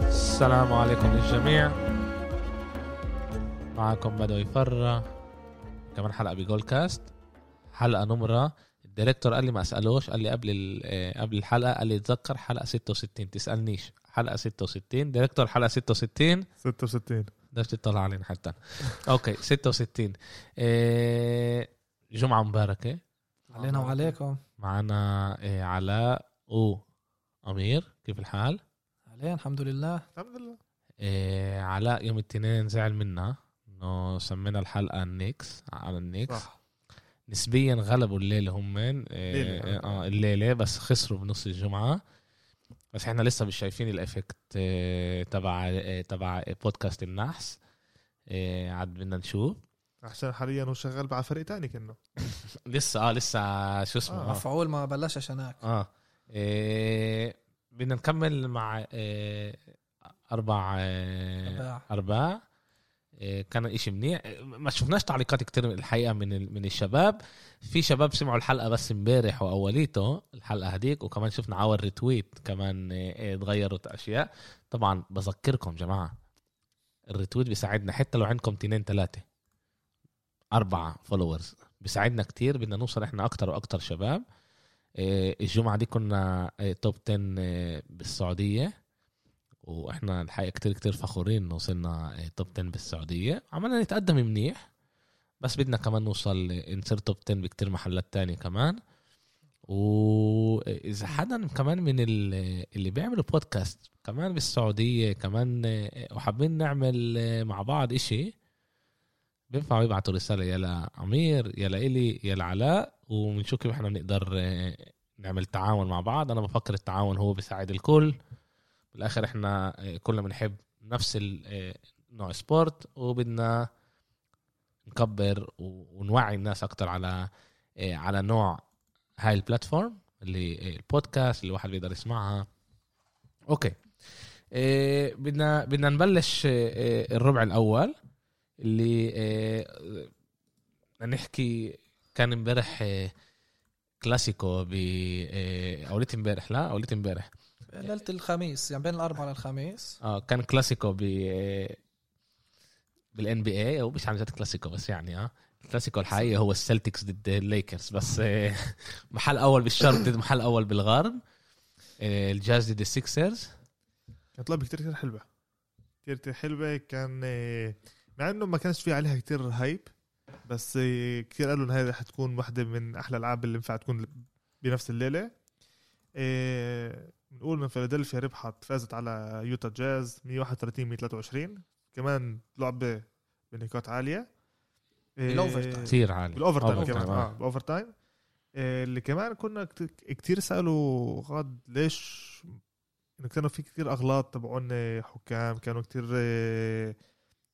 السلام عليكم للجميع معكم بدو يفرى كمان حلقه بجول كاست حلقه نمره الديريكتور قال لي ما اسالوش قال لي قبل ال- آه، قبل الحلقه قال لي اتذكر حلقه 66 تسالنيش حلقه 66 ديريكتور حلقه 66 66 بدك تطلع علينا حتى اوكي 66 آه، جمعه مباركه علينا وعليكم معنا آه، علاء وامير كيف الحال علينا الحمد لله الحمد لله إيه علاء يوم الاثنين زعل منا انه سمينا الحلقه النكس على النكس صح. صح نسبيا غلبوا الليله هم إيه ليلة. اه الليله بس خسروا بنص الجمعه بس احنا لسه مش شايفين الايفكت إيه، تبع إيه، تبع بودكاست النحس إيه، عاد بدنا نشوف عشان حاليا هو شغال مع فريق تاني كانه لسه اه لسه شو اسمه آه. آه. مفعول ما بلشش هناك اه إيه بدنا نكمل مع إيه اربع إيه آه. أرباع. ارباع إيه كان إشي منيح إيه، ما شفناش تعليقات كتير الحقيقه من ال- من الشباب في شباب سمعوا الحلقه بس امبارح واوليته الحلقه هديك وكمان شفنا عاور ريتويت كمان إيه، إيه، اتغيرت اشياء طبعا بذكركم جماعه الريتويت بيساعدنا حتى لو عندكم تنين ثلاثه أربعة فولورز بيساعدنا كتير بدنا نوصل احنا أكتر وأكتر شباب إيه، الجمعة دي كنا إيه، توب 10 إيه، بالسعودية واحنا الحقيقة كتير كتير فخورين انه وصلنا إيه، توب 10 بالسعودية عملنا نتقدم منيح بس بدنا كمان نوصل إيه، نصير توب 10 بكتير محلات تانية كمان وإذا حدا كمان من ال- اللي بيعملوا بودكاست كمان بالسعودية كمان إيه، وحابين نعمل إيه، مع بعض إشي بينفعوا يبعتوا رسالة يلا أمير يلا إلي يلا علاء وبنشوف كيف احنا بنقدر آه، نعمل تعاون مع بعض أنا بفكر التعاون هو بيساعد الكل بالآخر احنا آه، كلنا بنحب نفس ال- آه، نوع سبورت وبدنا نكبر و- ونوعي الناس أكتر على آه، على نوع هاي البلاتفورم اللي آه، البودكاست اللي الواحد بيقدر يسمعها أوكي آه، بدنا بدنا نبلش آه، آه، الربع الأول اللي آه، بدنا نحكي كان امبارح آه، كلاسيكو ب آه، اوليت امبارح لا اوليت امبارح ليله الخميس يعني بين الاربعاء للخميس اه كان كلاسيكو ب آه، بالان بي اي او مش عن جد كلاسيكو بس يعني اه الكلاسيكو الحقيقي هو السلتكس ضد الليكرز بس آه، محل اول بالشرق ضد محل اول بالغرب آه، الجاز ضد السيكسرز كانت لعبه كتير كتير حلوه كتير كتير حلوه كان آه، مع انه ما كانش في عليها كتير هايب بس آه، كتير قالوا ان هاي رح تكون واحده من احلى الالعاب اللي ينفع تكون بنفس الليله آه، بنقول من فيلادلفيا ربحت فازت على يوتا جاز 131 123 كمان لعبه بنقاط عاليه آه، بالأوفر تايم. كثير عالي بالاوفر تايم كمان آه. اه بالاوفر تايم آه، اللي كمان كنا كت- كتير سالوا غاد ليش انه كانوا في كتير اغلاط تبعون آه، حكام كانوا كتير آه،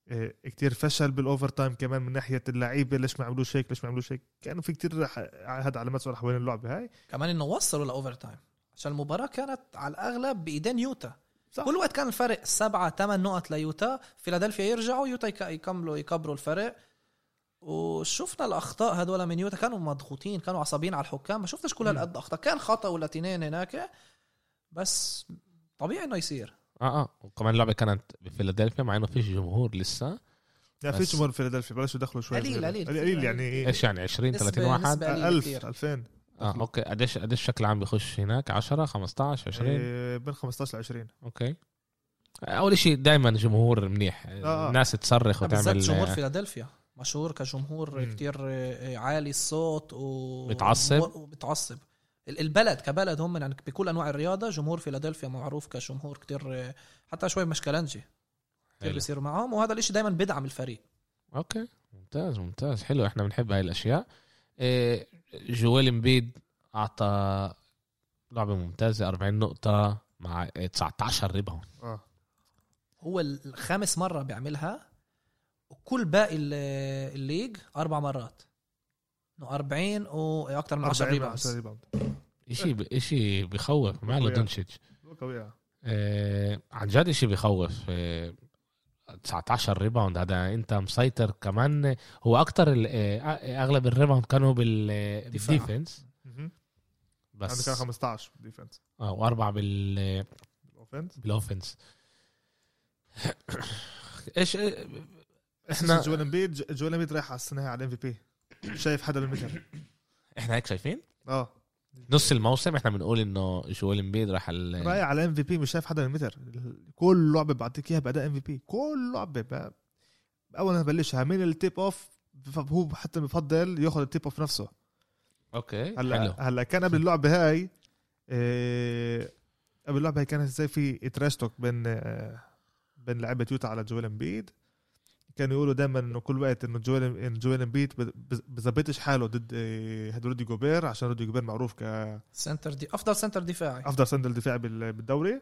آه، كتير فشل بالاوفر تايم كمان من ناحيه اللعيبه ليش ما عملوش هيك ليش ما عملوش هيك كانوا في كتير ح- هذا علامات سؤال حوالين اللعبه هاي كمان انه وصلوا لاوفر تايم عشان المباراه كانت على الاغلب بايدين يوتا صح. كل وقت كان الفرق سبعة ثمان نقط ليوتا فيلادلفيا يرجعوا يوتا يك- يكملوا يكبروا الفرق وشفنا الاخطاء هذول من يوتا كانوا مضغوطين كانوا عصبيين على الحكام ما شفناش كل مم. هالقد اخطاء كان خطا ولا تنين هناك بس طبيعي انه يصير اه اه وكمان اللعبه كانت بفيلادلفيا مع انه فيش جمهور لسه لا بس- فيش جمهور فيلادلفيا بلشوا يدخلوا شوي قليل- باللعبة. قليل. قليل يعني إيه، ايش يعني 20 نسبة- 30 واحد نسبة قليل 1000 كتير. 2000 اه اوكي قديش قديش الشكل عام بيخش هناك 10 15 20 آه، بين 15 ل 20 اوكي اول شيء دائما جمهور منيح آه. الناس تصرخ بالذات جمهور وتعمل فيلادلفيا مشهور كجمهور مم. كتير آه، عالي الصوت و متعصب. بتعصب البلد كبلد هم يعني بكل انواع الرياضه جمهور فيلادلفيا معروف كجمهور كتير آه، حتى شوي مشكلنجي كتير حلو. بيصير معهم وهذا الاشي دائما بدعم الفريق اوكي ممتاز ممتاز حلو احنا بنحب هاي الاشياء إيه، جويل امبيد اعطى لعبه ممتازه 40 نقطه مع 19 ريباوند اه هو الخامس مره بيعملها وكل باقي ال- آه، الليج اربع مرات انه 40 واكثر آه، من 10 40 ريباوندز 10 ريباوند اشي اشي بخوف ما له بخوف. دونتشيتش قوية آه، عن جد شيء بخوف آه، 19 ريباوند هذا انت مسيطر كمان هو اكتر ال- آه، اغلب الريباوند كانوا بال- دفاع. بالديفنس مهم. عنده كان بس 15 ديفنس آه، واربعه بال- اوفنس بالاوفنس ايش احنا احنا جوال امبيد جوال امبيد رايح على السنه على الام في بي شايف حدا بالمتر احنا هيك شايفين اه نص الموسم احنا بنقول انه جوال امبيد راح ال... رايح على ام في بي مش شايف حدا بالمتر كل لعبه بعطيك اياها باداء ام في بي كل لعبه ب... اول ما بلشها من التيب اوف هو حتى بفضل ياخذ التيب اوف نفسه اوكي حلو هلا هلا كان قبل اللعبه هاي إيه، قبل اللعبه هاي كانت زي في تراستوك بين آه، بين لعيبه يوتا على جويل امبيد كانوا يقولوا دائما انه كل وقت انه جويل إن جويل امبيد بظبطش حاله ضد آه، هاد رودي جوبير عشان رودي جوبير معروف كافضل سنتر دي افضل سنتر دفاعي سندل دفاعي بال- بالدوري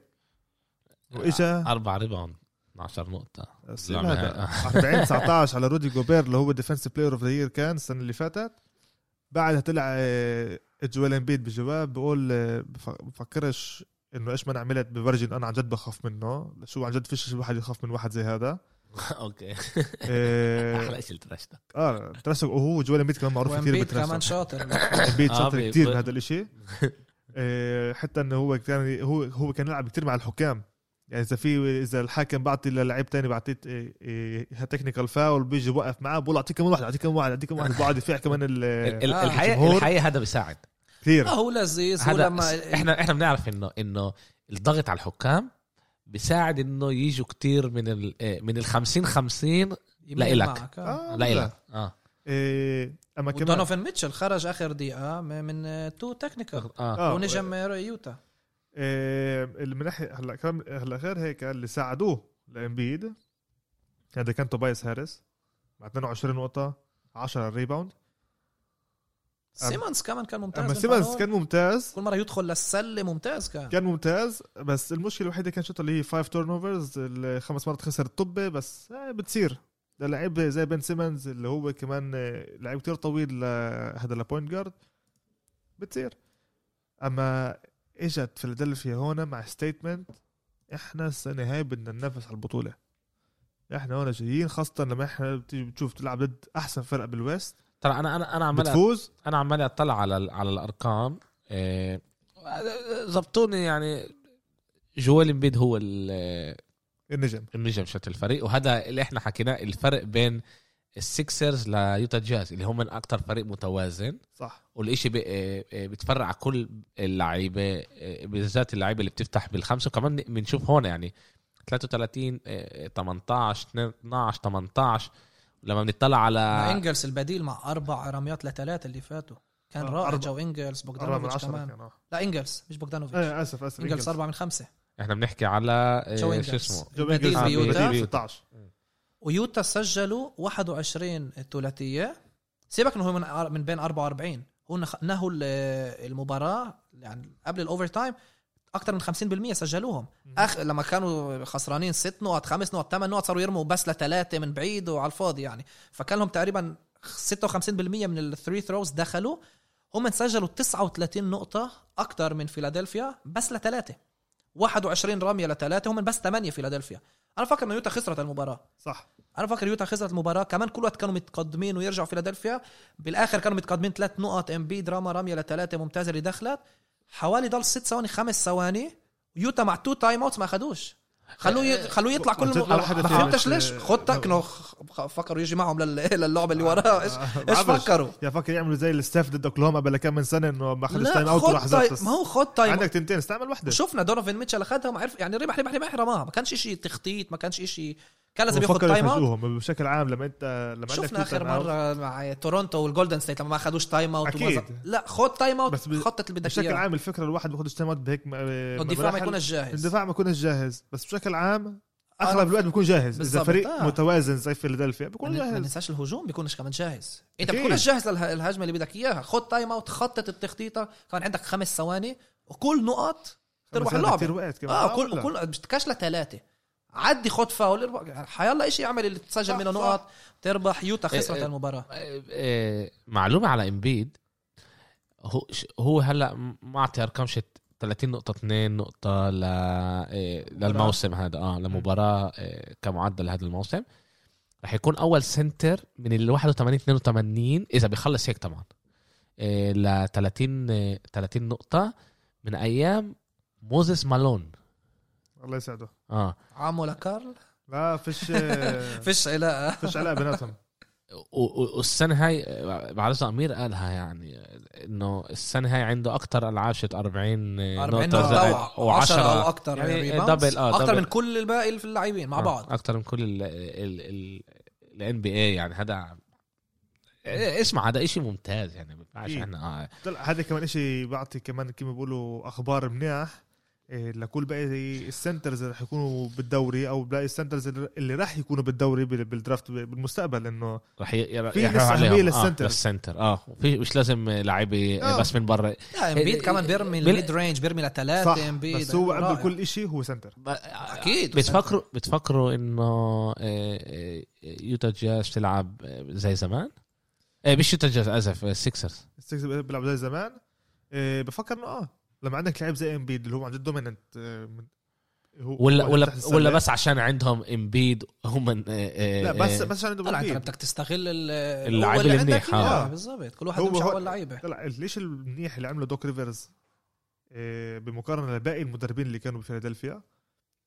واجا اربع ريباوند 12 نقطة السنة لا، هذا 40 19 على رودي جوبير اللي هو ديفنس بلاير اوف ذا يير كان السنه اللي فاتت بعدها طلع آه، جويل امبيد بجواب بقول آه، بف- بفكرش انه ايش ما انا عملت بفرجي إنه انا عن جد بخاف منه شو عن جد فيش واحد يخاف من واحد زي هذا اوكي اه احلى شيء التراش ده آه، ترسل وهو جويل امبيد كمان معروف كثير وامبيد كمان بالترسل شاطر امبيد آه، شاطر بي- كثير بي- بهذا الشيء آه، حتى انه هو كان هو هو كان يلعب كثير مع الحكام يعني اذا في اذا الحاكم بعطي للعيب تاني بعطيه آه، تكنيكال فاول بيجي بوقف معاه بقول اعطيك كم واحد اعطيك كم واحد اعطيك كم واحد بقعد يفيع كمان ال- ال- آه، الحقيقة الجمهور. الحقيقة هذا بيساعد كثير آه، هو لذيذ هو هذا لما احنا احنا بنعرف انه انه الضغط على الحكام بيساعد انه يجوا كتير من ال آه، من ال 50 50 لا يميل إلك. معك، آه. آه، لا لا اه آه، اما كمان ودونوفن ميتشل خرج اخر دقيقه من- من تو تكنيكال اه آه، ونجم يوتا آه، اللي من ناحيه هلا كم هلا غير هيك اللي ساعدوه لامبيد هذا كان توبايس هاريس مع 22 نقطه 10 ريباوند سيمونز كمان كان ممتاز اما بالفاول. سيمنز آه. كان ممتاز كل مره يدخل للسله ممتاز كان كان ممتاز بس المشكله الوحيده كان شوطه اللي هي 5 تورن اوفرز الخمس مرات خسر الطبه بس آه، بتصير ده لعيب زي بن سيمنز اللي هو كمان آه، لعيب كتير طويل ل- هذا لبوينت جارد بتصير اما اجت فيلادلفيا هون مع ستيتمنت احنا السنه هاي بدنا ننافس على البطوله احنا هون جايين خاصه لما احنا بتيجي بتشوف تلعب ضد احسن فرق بالويست ترى انا انا انا عمال بتفوز انا عمال اطلع على ال- على الارقام آه، زبطوني يعني جوال امبيد هو ال- النجم النجم شت الفريق وهذا اللي احنا حكيناه الفرق بين السكسرز ليوتا جاز اللي هم من اكثر فريق متوازن صح والإشي ب- آه، آه، بتفرع على كل اللعيبة آه، بالذات اللعيبة اللي بتفتح بالخمسة وكمان بنشوف هون يعني 33 آه، آه، 18 12 18 لما بنطلع مع على انجلز البديل مع اربع رميات لثلاثه اللي فاتوا كان آه، رائع أربع- جو انجلز أربعة من بوغدانوفيتش عشرة كمان كان آه. لا انجلز مش بوغدانوفيتش آه، اسف اسف انجلز اربعه من خمسه احنا بنحكي على آه، جو شو انجلز اسمه جو البديل إنجلز. آه، بيوتا البديل. بيوتا 16 ويوتا سجلوا 21 ثلاثيه سيبك انه هو من أر- من بين 44 هو نخ- نهوا ال- المباراه يعني قبل الاوفر تايم اكثر من 50% سجلوهم اخ لما كانوا خسرانين ست نقط خمس نقط ثمان نقط صاروا يرموا بس لثلاثه من بعيد وعلى الفاضي يعني فكان لهم تقريبا 56% من الثري ثروز دخلوا هم سجلوا 39 نقطه اكثر من فيلادلفيا بس لثلاثه 21 رميه لثلاثه هم بس ثمانيه فيلادلفيا انا فاكر انه يوتا خسرت المباراه صح انا فاكر يوتا خسرت المباراه كمان كل وقت كانوا متقدمين ويرجعوا فيلادلفيا بالاخر كانوا متقدمين ثلاث نقط ام بي دراما رميه لثلاثه ممتازه اللي دخلت حوالي ضل ست ثواني خمس ثواني يوتا مع تو تايم اوتس ما اخدوش خلوه ي- خلوه يطلع كل آه، وجد آه، له حدا ما تاني. فهمتش ليش خدتك انه خ- خ- فكروا يجي معهم لل- للعبه اللي وراها ايش آه، ايش فكروا يا فكر يعملوا زي الستاف ضد اوكلاهوما قبل كم من سنه انه ما اخذش تايم لا اوت وراح خد زبط تايم بس ما هو خد تايم عندك تنتين استعمل وحده شفنا دونوفن ميتشل اخذها وما عرف يعني ربح ربح ربح رماها ما كانش شيء تخطيط ما كانش شيء كان لازم ياخذ بفكروا تايم اوت يفاجئوهم بشكل عام لما انت لما عندك شفنا two اخر time out، مره مع تورونتو والجولدن ستيت لما ما اخذوش تايم اوت أكيد. وما- لا خد تايم اوت بس ب- خطه اللي بدك بشكل اياها عام الفكره الواحد بياخذش تايم اوت بهيك م- الدفاع ما مراحل. يكونش جاهز الدفاع ما يكونش جاهز بس بشكل عام أنا- اغلب الوقت بيكون جاهز اذا بالظبط، فريق آه. يعني متوازن زي فيلادلفيا بيكون ما ما جاهز ننساش الهجوم بيكونش كمان جاهز انت أكيد. بتكونش جاهز لله- للهجمه اللي بدك اياها خد تايم اوت خطط التخطيطه كان عندك خمس ثواني وكل نقط تربح مثلاً اللعبه كتير وقت كمان آه، اه كل ولا؟ كل مش تكاش لثلاثه عدي خد فاول حيلا شيء يعمل اللي تسجل صح، منه صح. نقط تربح يوتا إيه، خسرت إيه. المباراه آه، آه، معلومة على امبيد هو ش- هو هلا م- معطي ارقام شت 30 نقطة 2 نقطة ل آه، للموسم هذا اه لمباراة آه، كمعدل هذا الموسم رح يكون اول سنتر من ال 81 82 اذا بيخلص هيك طبعا آه، ل 30 آه، 30 نقطة من ايام موزيس مالون الله يسعده اه عمو لكارل لا فيش فيش علاقه فيش علاقه بيناتهم و- و- والسنه هاي بعرف امير قالها يعني انه السنه هاي عنده اكثر العاب شت 40 40 نقطه نقطه و10 او اكثر يعني ريباوندز. دبل- آه، اكثر دبل. من كل الباقي في اللاعبين مع بعض اكثر آه، من كل ال ال ال الان بي اي يعني هذا إيه، اسمع هذا إشي ممتاز يعني ما ينفعش إيه. احنا آه، طلع هذا كمان إشي بعطي كمان كيف بيقولوا اخبار منيح إيه، لكل باقي السنترز اللي رح يكونوا بالدوري او باقي السنترز اللي رح يكونوا بالدوري بال- بالدرافت بالمستقبل انه رح ي- ير- في يحروا لسه عليهم. أهمية آه، للسنتر. للسنتر اه وفي مش لازم لعيبه آه. بس من برا لا امبيد ال- كمان بيرمي إيه، بال- الميد رينج بيرمي صح لثلاثه امبيد بس هو رائع. قبل كل إشي هو سنتر اكيد بتفكروا بتفكروا انه آه، آه، يوتا جاز تلعب آه، زي زمان؟ آه، مش يوتا جاز اسف آه، سيكسرز السكس بيلعبوا زي زمان إيه، بفكر انه اه لما عندك لاعب زي امبيد اللي هو عن جد إيه، دوميننت ولا ولا ولا بس عشان عندهم امبيد هم آه، آه، لا بس آه، بس عشان عندهم طلع انت Embiid. بدك تستغل ال- اللعيبة القوة اللي عندك منيحة. إياها. آه. بالظبط كل واحد هو- مش هو- اول لعيبه طلع ليش المنيح اللي عمله دوك ريفرز آه، بمقارنه لباقي المدربين اللي كانوا بفيلادلفيا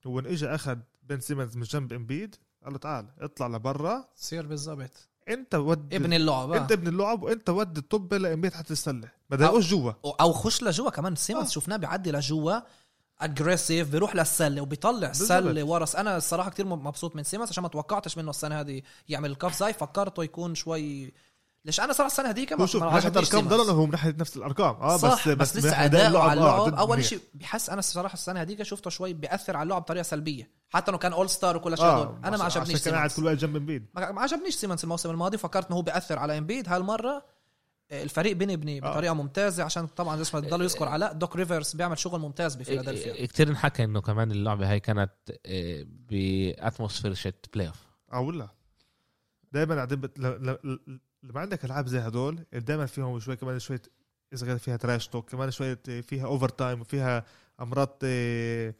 هو إن اجى اخذ بن سيمنز من جنب امبيد قال له تعال اطلع لبرا تصير بالظبط انت ود ابن اللعبه انت ابن اللعب وانت ود الطب لامبيد حتى السله ما ضايقوش جوا او أو خش لجوا كمان سيمونز آه. شفناه بيعدي لجوا اجريسيف بيروح للسله وبيطلع بالضبط. السله ورا انا الصراحه كتير مبسوط من سيمونز عشان ما توقعتش منه السنه هذه يعمل الكاف زي فكرته يكون شوي ليش انا صراحه السنه هذيك ما هو شوف من ناحيه الارقام ضلنا هو من ناحيه نفس الارقام اه بس صح بس, بس من لسه ناحية أداء اداؤه على آه، اللعب ضد اول منيح. شيء بحس انا الصراحه السنه هذيك شفته شوي بياثر على اللعب بطريقه سلبيه حتى انه كان اول ستار وكل الاشياء اه هدول انا ما عشان- عجبنيش عشان كان قاعد سيمونز. كل واحد جنب امبيد ما ما عجبنيش سيمنز الموسم الماضي فكرت انه هو بياثر على امبيد هالمره آه، الفريق بني بني آه. بطريقه ممتازه عشان طبعا لسه بضل يذكر علاء دوك ريفرس بيعمل شغل ممتاز آه، بفيلادلفيا كثير آه، انحكى انه كمان اللعبه هاي كانت آه، باتموسفير شت بلاي اوف اه ولا دائما قاعدين بت... ل... ل... ل- لما عندك العاب زي هدول دائما فيهم شوي كمان شويه صغير فيها تراش توك كمان شويه فيها اوفر تايم وفيها امراض آه،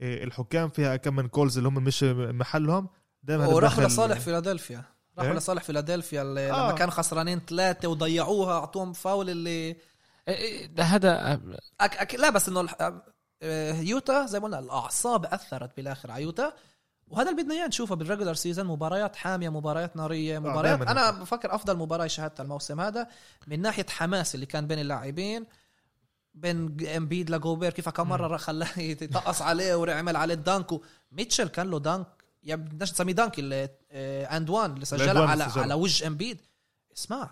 آه، الحكام فيها كم من كولز اللي هم مش محلهم دائما وراحوا لصالح فيلادلفيا راحوا آه. إيه؟ لصالح فيلادلفيا اللي آه. لما كانوا خسرانين ثلاثه وضيعوها اعطوهم فاول اللي هذا آه، أك... أك... لا بس انه الح... آه، يوتا زي ما قلنا الاعصاب اثرت بالاخر على يوتا وهذا اللي بدنا اياه نشوفه بالريجولار سيزون مباريات حاميه مباريات ناريه مباريات آه، دايماً انا هيك. بفكر افضل مباراه شاهدتها الموسم هذا من ناحيه حماس اللي كان بين اللاعبين بين ج- امبيد لجوبير كيف كم مره خلاه يتقص عليه وعمل عليه الدانك ميتشل كان له دانك يا بدناش نسميه دانك ال- آه، اند وان اللي الأند سجلها وان على اللي سجلها. على وجه امبيد اسمع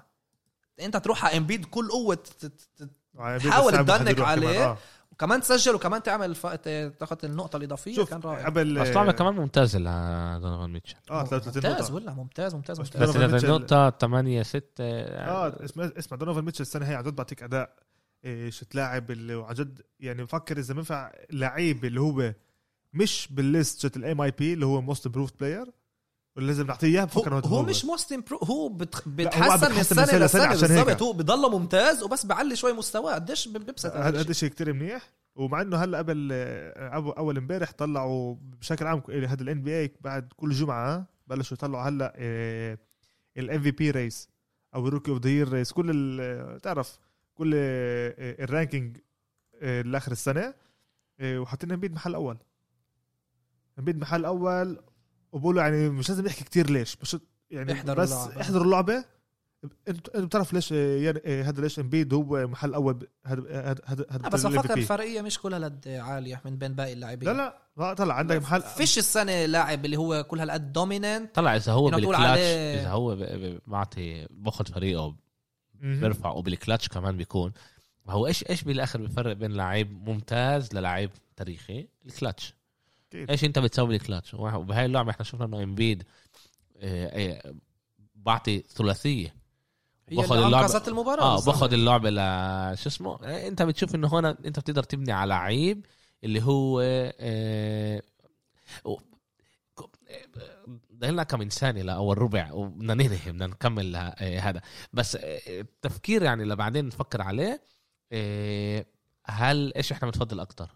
انت تروح على امبيد كل قوه تت- تت- آه، حاول تدنك عليه. وكمان تسجل وكمان تعمل ف... ت- تاخذ النقطه الاضافيه شوف كان رائع قبل آه، بس لعبه كمان ممتازه لدونوفان ميتشل اه 33 ممتاز نقطه ولا ممتاز ممتاز بس ممتاز بس دونوفان ميتشل- نقطه 8 6 آه، اه اسمع اسمع دونوفان ميتشل السنه هي عن جد بعطيك اداء ايش تلاعب اللي عن جد يعني بفكر اذا بينفع لعيب اللي هو مش بالليست شت الام اي بي اللي هو موست امبروفد بلاير لازم نعطيه اياه هو, بفكر هو مش موست امبرو هو بت... هو عم بتحسن بتحسن من من السنه سنة لسنة لسنه عشان هيك. بالضبط هو بضله ممتاز وبس بعلي شوي مستواه قديش ب- ببسط هذا هذا الشيء. شيء كثير منيح ومع انه هلا قبل آه، أبو- اول امبارح طلعوا بشكل عام إيه، هذا الان بي اي بعد كل جمعه بلشوا يطلعوا آه، هلا الام في بي ريس او الروكي اوف ذا يير ريس كل ال- بتعرف كل آه، آه، الرانكينج آه، لاخر السنه آه، وحاطين امبيد محل اول امبيد محل اول وبقولوا يعني مش لازم نحكي كتير ليش بس يعني احضروا بس اللعبة. احضروا اللعبه انتوا انتوا بتعرفوا ليش آه، يعني آه، هذا ليش امبيد هو محل اول ب- هذا هذا هذا لا هذا آه، بس ال بفكر MVP. الفرقيه مش كلها لد عاليه من بين باقي اللاعبين لا لا لا طلع عندك محل فيش السنه لاعب اللي هو كل هالقد دوميننت طلع اذا هو إنه تقول بالكلاتش عليه- اذا هو ب- ب- بعطي باخذ فريقه مهم. بيرفع وبالكلاتش كمان بيكون هو ايش ايش بالاخر بيفرق بين لعيب ممتاز للعيب تاريخي الكلاتش أكيد. ايش انت بتسوي بالكلاتش وح- وبهاي اللعبه احنا شفنا انه امبيد آه، آه، بعطي ثلاثيه هي باخذ اللي اللعبة- انقذت المباراه اه بالضبط. باخذ اللعبه ل شو اسمه آه، انت بتشوف انه هون انت بتقدر تبني على لعيب اللي هو آه، و- ك- آه، ضلنا كم انسانه لاول ربع وبدنا ننهي بدنا نكمل له- آه، هذا بس آه، التفكير يعني اللي بعدين نفكر عليه آه، هل ايش احنا بنفضل اكثر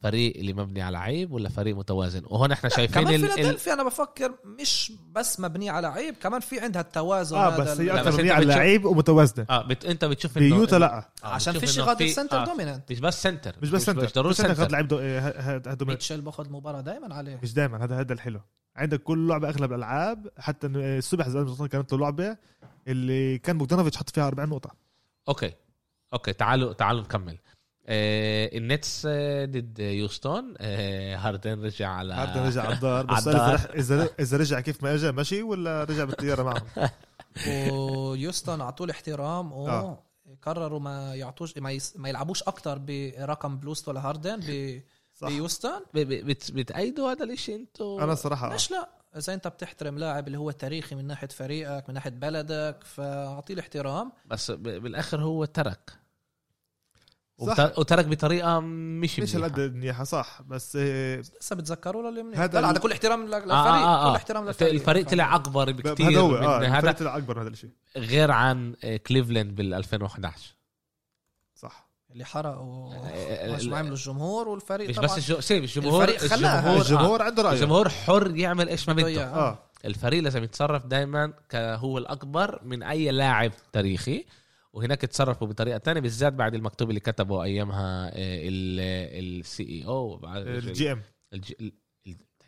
فريق اللي مبني على عيب ولا فريق متوازن وهون احنا شايفين كمان ال... ال... فيلادلفيا انا بفكر مش بس مبنيه على عيب كمان في عندها التوازن اه هذا بس ال- هي لا، بس اكثر أنت منيعة على بتشوف- لعيب ومتوازنه اه بت... انت بتشوف إنه- بيوتا لا آه، عشان بتشوف فيش إنه غادر في- سنتر آه، دومينانت مش بس سنتر مش بس سنتر مش ضروري مش سنتر سنتر قد لعيب دو- آه، ه- ه- هدومين- ميتشل باخذ مباراه دائما عليه مش دائما هذا هذا الحلو عندك كل لعبه اغلب الالعاب حتى إنه الصبح زمان كانت له لعبه اللي كان بوجدانوفيتش حط فيها 40 نقطه اوكي اوكي تعالوا تعالوا نكمل آه النتس آه، ضد يوستون آه هاردن رجع على هاردن رجع على الدار بس عالدار. ألف رح- اذا اذا رجع كيف ما اجى مشي ولا رجع بالطياره معهم ويوستن اعطوه الاحترام آه. وقرروا ما يعطوش ما, يس... ما يلعبوش اكتر برقم بلوست ولا هاردن ب... صح بيوستن ب- ب- بت... بتأيدوا هذا الاشي انتوا انا صراحه آه. ليش لا اذا انت بتحترم لاعب اللي هو تاريخي من ناحيه فريقك من ناحيه بلدك فاعطيه الاحترام بس ب... بالاخر هو ترك صح. وبت- وترك بطريقه مش مش منيحة. هالقد منيحه صح بس آه، لسه بتذكروا للي منيح هذا هذا ال- على كل احترام لل- للفريق آه آه آه. كل احترام للفريق الفريق طلع اكبر بكثير هذا هو من اه هذا هذا الاكبر من هذا الشيء غير عن آه، كليفلاند بال 2011 صح اللي حرقوا آه، وش لا. عملوا الجمهور والفريق مش طبعاً بس الجو... سيب الجمهور الفريق خلاها. الجمهور, الجمهور, الجمهور عنده آه. راي الجمهور آه، حر يعمل ايش ما بده ضيع. اه الفريق لازم يتصرف دائما كهو الاكبر من اي لاعب تاريخي وهناك تصرفوا بطريقه تانية بالذات بعد المكتوب اللي كتبه آه، ايامها السي اي او الجي ام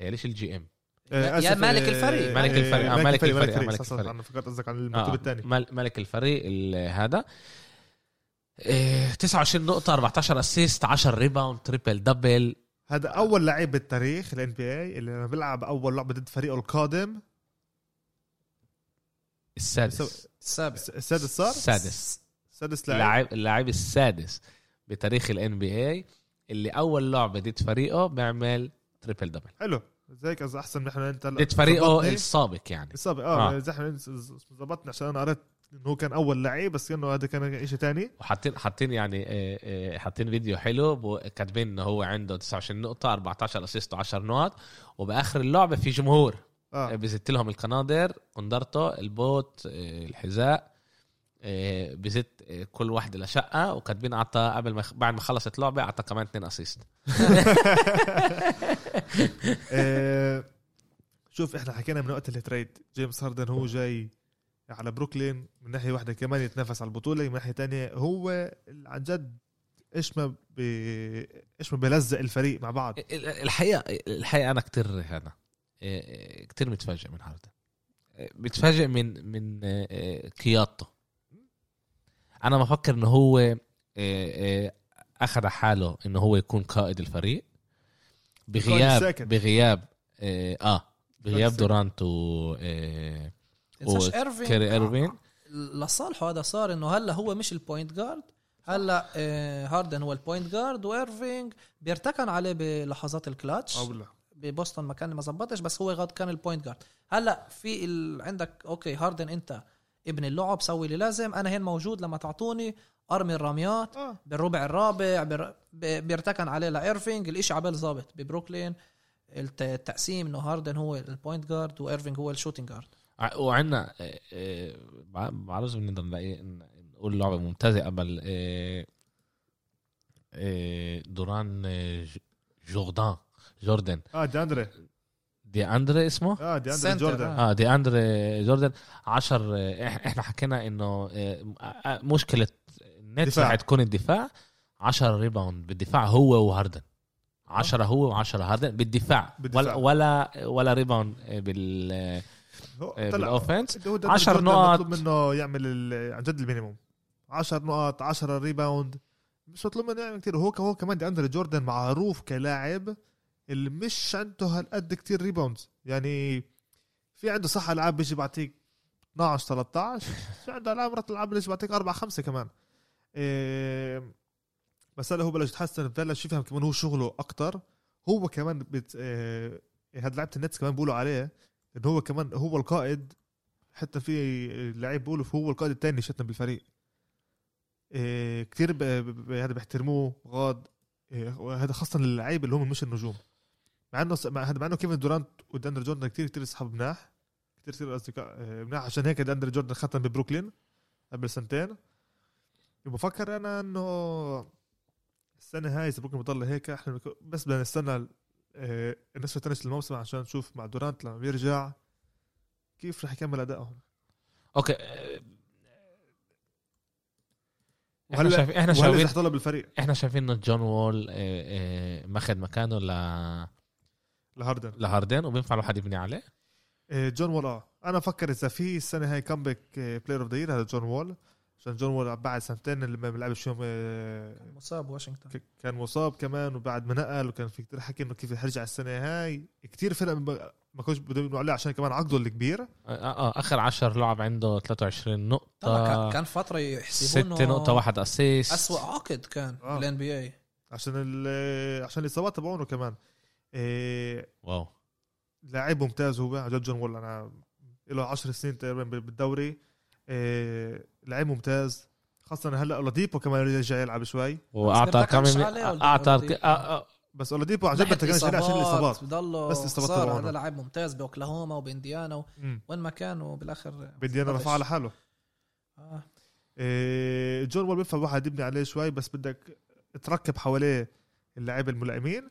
ليش الجي ام آه، يا- يا مالك الفريق. مالك الفريق، آه، مالك الفريق، آه، مالك صح، صح، الفريق. انا فكرت قصدك عن المكتوب الثاني آه، ملك الفريق ال- هذا إيه، 29 نقطة 14 اسيست 10 ريباوند تريبل دبل هذا اول لعيب بالتاريخ الان بي اي اللي لما بيلعب اول لعبه ضد فريقه القادم السادس السابع السادس صار السادس سادس لاعب اللاعب اللاعب السادس بتاريخ الان بي اي اللي اول لعبة ضد فريقه بيعمل تريبل دبل حلو زيك قصدي احسن نحن انت هلا ضد فريقه ظبطني. السابق يعني السابق اه آه. زحمه ظبطني عشان انا قريت انه هو كان اول لعيب بس انه هذا كان شيء ثاني وحاطين حاطين يعني آه، آه، حاطين فيديو حلو بو- كاتبين انه هو عنده 29 نقطة 14 اسيست و10 نقط وباخر اللعبة في جمهور آه، اه بزت لهم القناضر قندرته البوت آه، الحذاء آه، بزت آه، كل واحدة لشقة وكاتبين اعطى قبل ما يخ- بعد ما خلصت لعبة اعطى كمان اثنين اسيست آه، شوف احنا حكينا من وقت التريد جيمس هاردن هو جاي على بروكلين من ناحيه واحده كمان يتنافس على البطوله من ناحيه تانية هو عن جد ايش ما بي... ايش ما بيلزق الفريق مع بعض ال- الحقيقه الحقيقه انا كتير هذا إيه، كتير متفاجئ من هاردن إيه، متفاجئ من من إيه، إيه، قيادته انا بفكر انه هو إيه، إيه، اخذ حاله انه هو يكون قائد الفريق بغياب ساكت. بغياب إيه، اه بغياب ساكت. دورانت و إيه، تنساش ايرفين كاري ايرفين لصالحه هذا صار انه هلا هو مش البوينت جارد هلا آه، هاردن هو البوينت جارد وايرفينج بيرتكن عليه بلحظات الكلاتش او لا ببوسطن ما كان ما زبطش بس هو غاد كان البوينت جارد هلا في ال... عندك اوكي هاردن انت ابن اللعب سوي اللي لازم انا هين موجود لما تعطوني ارمي الرميات آه. بالربع الرابع بر... ب- بيرتكن عليه لايرفينج الاشي عبال ظابط ببروكلين الت- التقسيم انه هاردن هو البوينت جارد وايرفينج هو الشوتينج جارد ع- وعندنا آه، آه، بع- بعرفش بنقدر نلاقي ن- نقول لعبه ممتازه قبل آه، آه، دوران آه، ج- جوردان جوردن اه دي اندري دي اندري اسمه اه دي اندري سنتر، جوردن آه. اه دي اندري جوردن 10 احنا حكينا انه آه، آه، مشكله النت دفاع. رح تكون الدفاع 10 ريباوند بالدفاع هو وهاردن 10 هو و10 هاردن بالدفاع, آه. بالدفاع. ولا ولا ولا ريباوند آه، بال آه، هو طلع بالاوفنس هو دي أندري 10 جوردن نقط. مطلوب منه يعمل ال- عن جد المينيموم 10 نقط 10 ريباوند مش مطلوب منه يعمل كثير هو هو كمان دي اندري جوردن معروف كلاعب اللي مش عنده هالقد كثير ريباوندز يعني في عنده صح العاب بيجي بعطيك 12 13 في عنده العاب مرات العاب بيجي بعطيك 4 5 كمان إيه بس هلا هو بلش يتحسن بلش يفهم كمان هو شغله اكتر هو كمان بت... إيه هاد لعبه النتس كمان بيقولوا عليه انه هو كمان هو القائد حتى في لعيب بيقولوا هو القائد الثاني شتنا بالفريق إيه كثير ب- ب- ب- هذا بيحترموه غاد إيه وهذا خاصه اللعيب اللي هم مش النجوم مع انه س- مع هذا مع انه كيفن دورانت وداندر جوردن كثير كثير اصحاب مناح كثير كثير اصدقاء إيه، مناح عشان هيك داندر جوردن ختم ببروكلين قبل سنتين بفكر انا انه السنه هاي اذا بكره بضل هيك احنا بك- بس بدنا نستنى آه، النصف الثاني الموسم عشان نشوف مع دورانت لما بيرجع كيف رح يكمل ادائهم اوكي آه، احنا وهلا- شايفين احنا وهلا شايفين اذا حضل بالفريق احنا شايفين انه جون وول آه، آه، ماخذ مكانه ل- لهاردن لهاردن وبينفع الواحد يبني عليه آه، جون وول اه انا بفكر اذا في السنه هاي إيه، كامباك بلاير اوف ذا يير هذا جون وول عشان جون وول بعد سنتين اللي ما بيلعبش فيهم آه، مصاب واشنطن ك- كان مصاب كمان وبعد ما نقل وكان في كتير حكي انه كيف رح يرجع السنه هاي كتير فرق ما- ما كانوش بدهم يبنوا عليه عشان كمان عقده الكبير آه، اه اخر 10 لعب عنده 23 طبعا نقطة كان- كان فتره يحسبوا 6 نقطة واحد اسيست اسوء عقد كان آه. بالان بي اي عشان ال- عشان الاصابات تبعونه كمان إيه واو لاعب ممتاز هو عن جد جون وول انا له 10 سنين تقريبا بال- بالدوري إيه لاعب ممتاز خاصه هلا اولاديبو كمان رجع يلعب شوي واعطى بتركنش كم عليه ولا اعطى بدي- آه، آه، بس اولاديبو عن جد ما تكلمش عليه عشان الاصابات بضله بس بس الإصابات الاصابات تبعونه. هذا لاعب ممتاز باوكلاهوما وبانديانا مم. وين ما كان وبالاخر بدي انا رفع على حاله آه. إيه، جون وول بينفع واحد يبني عليه شوي بس بدك تركب حواليه اللاعب الملائمين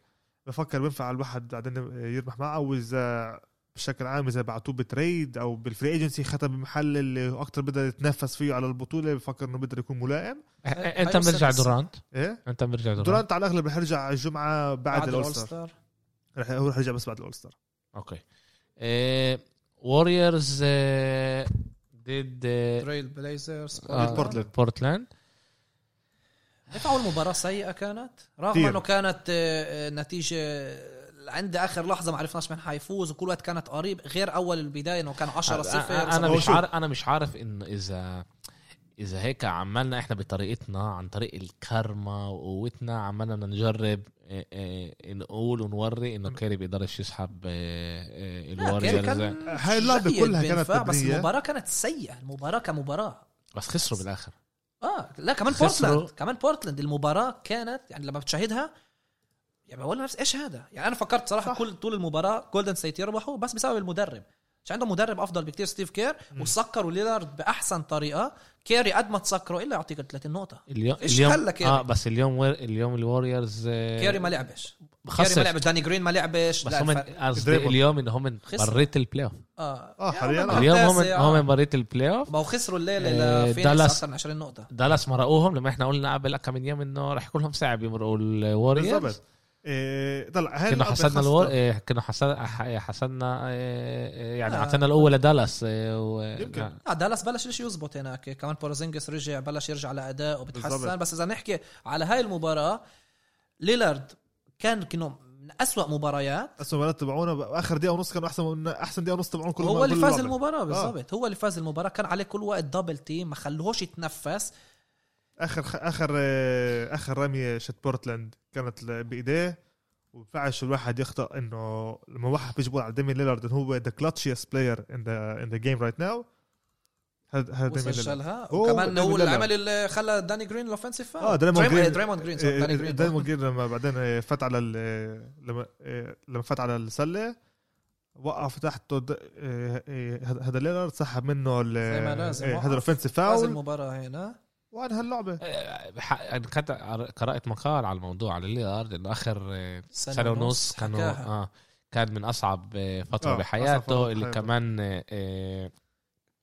بفكر بينفع الواحد بعدين يربح معه واذا بشكل عام اذا بعتوه بتريد او بالفري ايجنسي ختم بمحل اللي اكثر بده يتنفس فيه على البطوله بفكر انه بده يكون ملائم آه، انت هاي مرجع السادسة. دورانت ايه انت مرجع دورانت دورانت على الاغلب رح يرجع الجمعه بعد, بعد بعد الاولستر الأولستر. رح هو رح يرجع بس بعد الاولستر اوكي إيه، ووريرز إيه، ضد تريل بليزرز آه. بورتلاند. بورتلاند. بورتلاند ليك اول مباراه سيئه كانت رغم كتير. انه كانت آه، آه، نتيجه آه، عند اخر لحظه ما عرفناش مين حيفوز وكل وقت كانت قريب غير اول البدايه انه كان 10 أنا- 0 انا هو مش شوف. عارف انا مش عارف انه اذا اذا هيك عملنا احنا بطريقتنا عن طريق الكارما وقوتنا عملنا بدنا نجرب إيه، إيه، نقول ونوري انه كيري بيقدرش يسحب إيه، إيه، يعني الوريورز هاي اللعبة كلها كانت بس مبنية. المباراه كانت سيئه المباراه كمباراه بس خسروا بالاخر اه لا كمان خسروا. بورتلاند كمان بورتلاند المباراه كانت يعني لما بتشاهدها يعني بقول نفسي ايش هذا؟ يعني انا فكرت صراحه صح. كل طول المباراه جولدن سيت يربحوا بس بسبب المدرب مش عندهم مدرب افضل بكتير ستيف كير مم. وسكروا ليلارد باحسن طريقه كيري قد ما تسكره الا يعطيك 30 نقطه اليوم إيش اليوم حلك يا اه ابني؟ بس اليوم وير اليوم الوريورز آه، كيري ما لعبش كيري ما خسر لعبش داني جرين ما لعبش بس لا هم الفرق- قصدي دريبل. اليوم انه هم خسر. بريت البلاي اوف اه آه، يا حاليا عم، آه. اليوم هم التاسع. هم بريت البلاي اوف ما هو خسروا آه، الليله لفينيكس دالاس. اكثر من 20 نقطه دالاس مرقوهم لما احنا قلنا قبل كم من يوم انه رح يكون لهم صعب يمرقوا الوريورز بالضبط إيه، طلع هاي كنا اللعبة حسدنا خاصة- الور... إيه، كنا حسد... ح- حسدنا إيه، يعني آه. اعطينا الاولى لدالاس إيه، و... يمكن. لا. لا آه، دالاس بلش الشيء يزبط هناك كمان بورزينجس رجع بلش يرجع لاداء وبتحسن بالضبط. بس اذا نحكي على هاي المباراه ليلارد كان كنه من أسوأ مباريات بس المباراة تبعونا بقى- اخر دقيقة ونص كانوا احسن من احسن دقيقة ونص تبعون كل آه. هو مرة اللي كل فاز اللعبة. المباراه بالضبط هو اللي فاز المباراه كان عليه كل وقت دبل تيم ما خلوهوش يتنفس اخر اخر آه، اخر رميه شت بورتلاند كانت ل- بايديه وبينفعش الواحد يخطا انه لما واحد بيجي بيقول على ديمي ليلارد إنه هو ذا كلتشيست بلاير ان ذا ان ذا جيم رايت ناو هذا هذا ديمي ليلارد وسجلها هو وكمان دايموند هو اللي ليلارد. عمل اللي خلى داني جرين الاوفنسيف فاول آه، دايموند جرين. دريموند جرين سوري، إيه، داني إيه، جرين دايما جير لما بعدين آه، فات على ال- لما آه، لما فات على السله وقف تحته د- آه، آه، هذا هذا ليلارد سحب منه ال- زي ما لازم، آه، وقف. هذا الاوفنسيف فاز فاول المباراه هنا وعن هاللعبه إيه، ح- أنا كنت قر- قرات مقال على الموضوع على الليارد انه اخر إيه، سنه ونص كانوا حكاها. آه كان من اصعب إيه، فتره آه، أصعب فترة بحياته اللي بحياته. كمان إيه، إيه،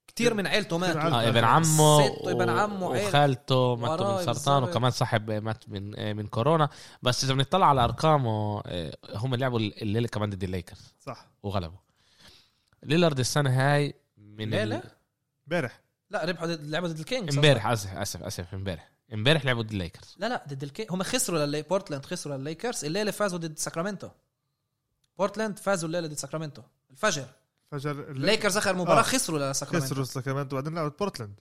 كتير من عيلته كتير ماتوا عيلته. آه آه، ابن عمه ست وابن عمه و- وعيلته. وخالته ماتوا من وراي سرطان بالظبط. وكمان صاحب إيه، مات من إيه، من كورونا بس اذا بنطلع على ارقامه إيه، هم لعبوا الليله كمان ضد الليكرز صح وغلبوا ليلارد السنه هاي من ال- ليلة؟ امبارح لا ربحوا ضد لعبوا ضد الكينجز امبارح اسف اسف اسف امبارح امبارح لعبوا ضد الليكرز لا لا ضد الكي هم خسروا للي بورتلاند خسروا للليكرز الليله فازوا ضد ساكرامنتو بورتلاند فازوا الليله ضد ساكرامنتو الفجر فجر الليكرز اخر مباراه آه. خسروا لساكرامنتو خسروا ساكرامنتو وبعدين لعبوا بورتلاند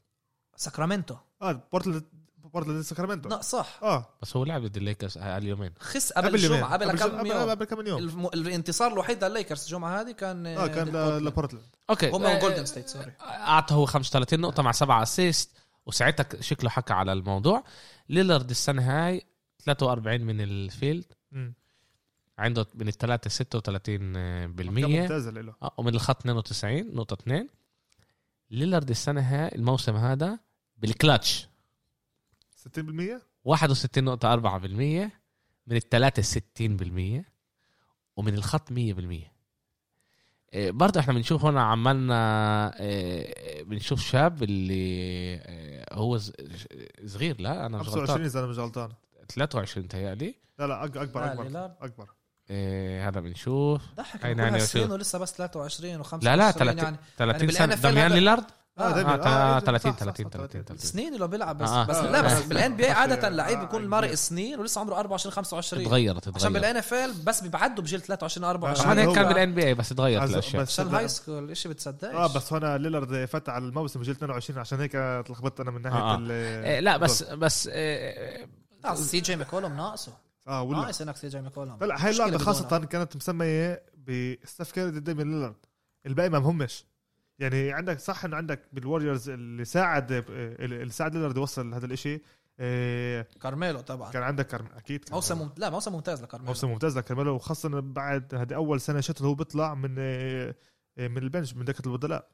ساكرامنتو اه بورتلاند بورتلاند ساكرامنتو لا صح اه بس هو لعب ضد الليكرز على يومين خس قبل الجمعه قبل كم قبل, يوم قبل كم يوم الم... الانتصار الوحيد للليكرز الجمعه هذه كان اه كان ل- لبورتلاند اوكي هم آه، وجولدن ستيت سوري اعطى هو 35 نقطه مع 7 اسيست وساعتها ك- شكله حكى على الموضوع ليلارد السنه هاي 43 من الفيلد مم. عنده من الثلاثه 36 آه، كان بالمية ممتازه له آه، ومن الخط 92 نقطه 2 ليلارد السنه هاي الموسم هذا بالكلاتش 60% 61 نقطة 4% من الثلاثة 60% ومن الخط 100% إيه، برضه احنا بنشوف هنا عمالنا إيه، بنشوف شاب اللي إيه، هو ز- صغير لا انا مش 25 غلطان اذا انا مش غلطان 23 تهيألي لا لا أك- اكبر لا، اكبر ليلار. اكبر إيه، هذا بنشوف يعني ضحك أي كل نعني هالسنين وشو؟ ولسه بس 23 و25 لا لا يعني 30 30 بال سنة NFL دميان هذا- ليلارد آه، دايماً. اه تا- آه، 30 صح، صح، 30 صح، 30 30 سنين اللي بيلعب بس آه، آه. بس آه، لا بس آه. بالان بي اي عاده آه، اللعيب آه، بيكون آه، مرق آه. سنين ولسه عمره 24 25 تغيرت عشان تغيرت بالان اف ال بس بيبعدوا بجيل 23 24 كمان هيك كان آه، هو- بالان بي اي بس تغيرت عز- الاشياء بس عشان لا. هاي سكول شيء بتصدقش اه بس هنا ليلارد فتح على الموسم جيل 22 عشان هيك تلخبطت انا من ناحيه آه، آه. ال- إيه، لا بس بس إيه، لا، سي جي ماكولوم ناقصه اه ولا ناقص انك سي جي ماكولوم لا هاي مشكلة اللعبه خاصه بدونه. كانت مسميه بستاف كيري ضد ديمين ليلارد الباقي ما مهمش يعني عندك صح انه عندك بالوريورز اللي ساعد آه، اللي ساعد ليلارد يوصل لهذا الاشي إيه، كارميلو طبعا كان عندك كارم اكيد كان موسم ممت... لا موسم ممتاز لكارميلو موسم ممتاز لكارميلو وخاصه بعد هذه اول سنه شفت هو بيطلع من إيه، إيه، من البنش من دكه البدلاء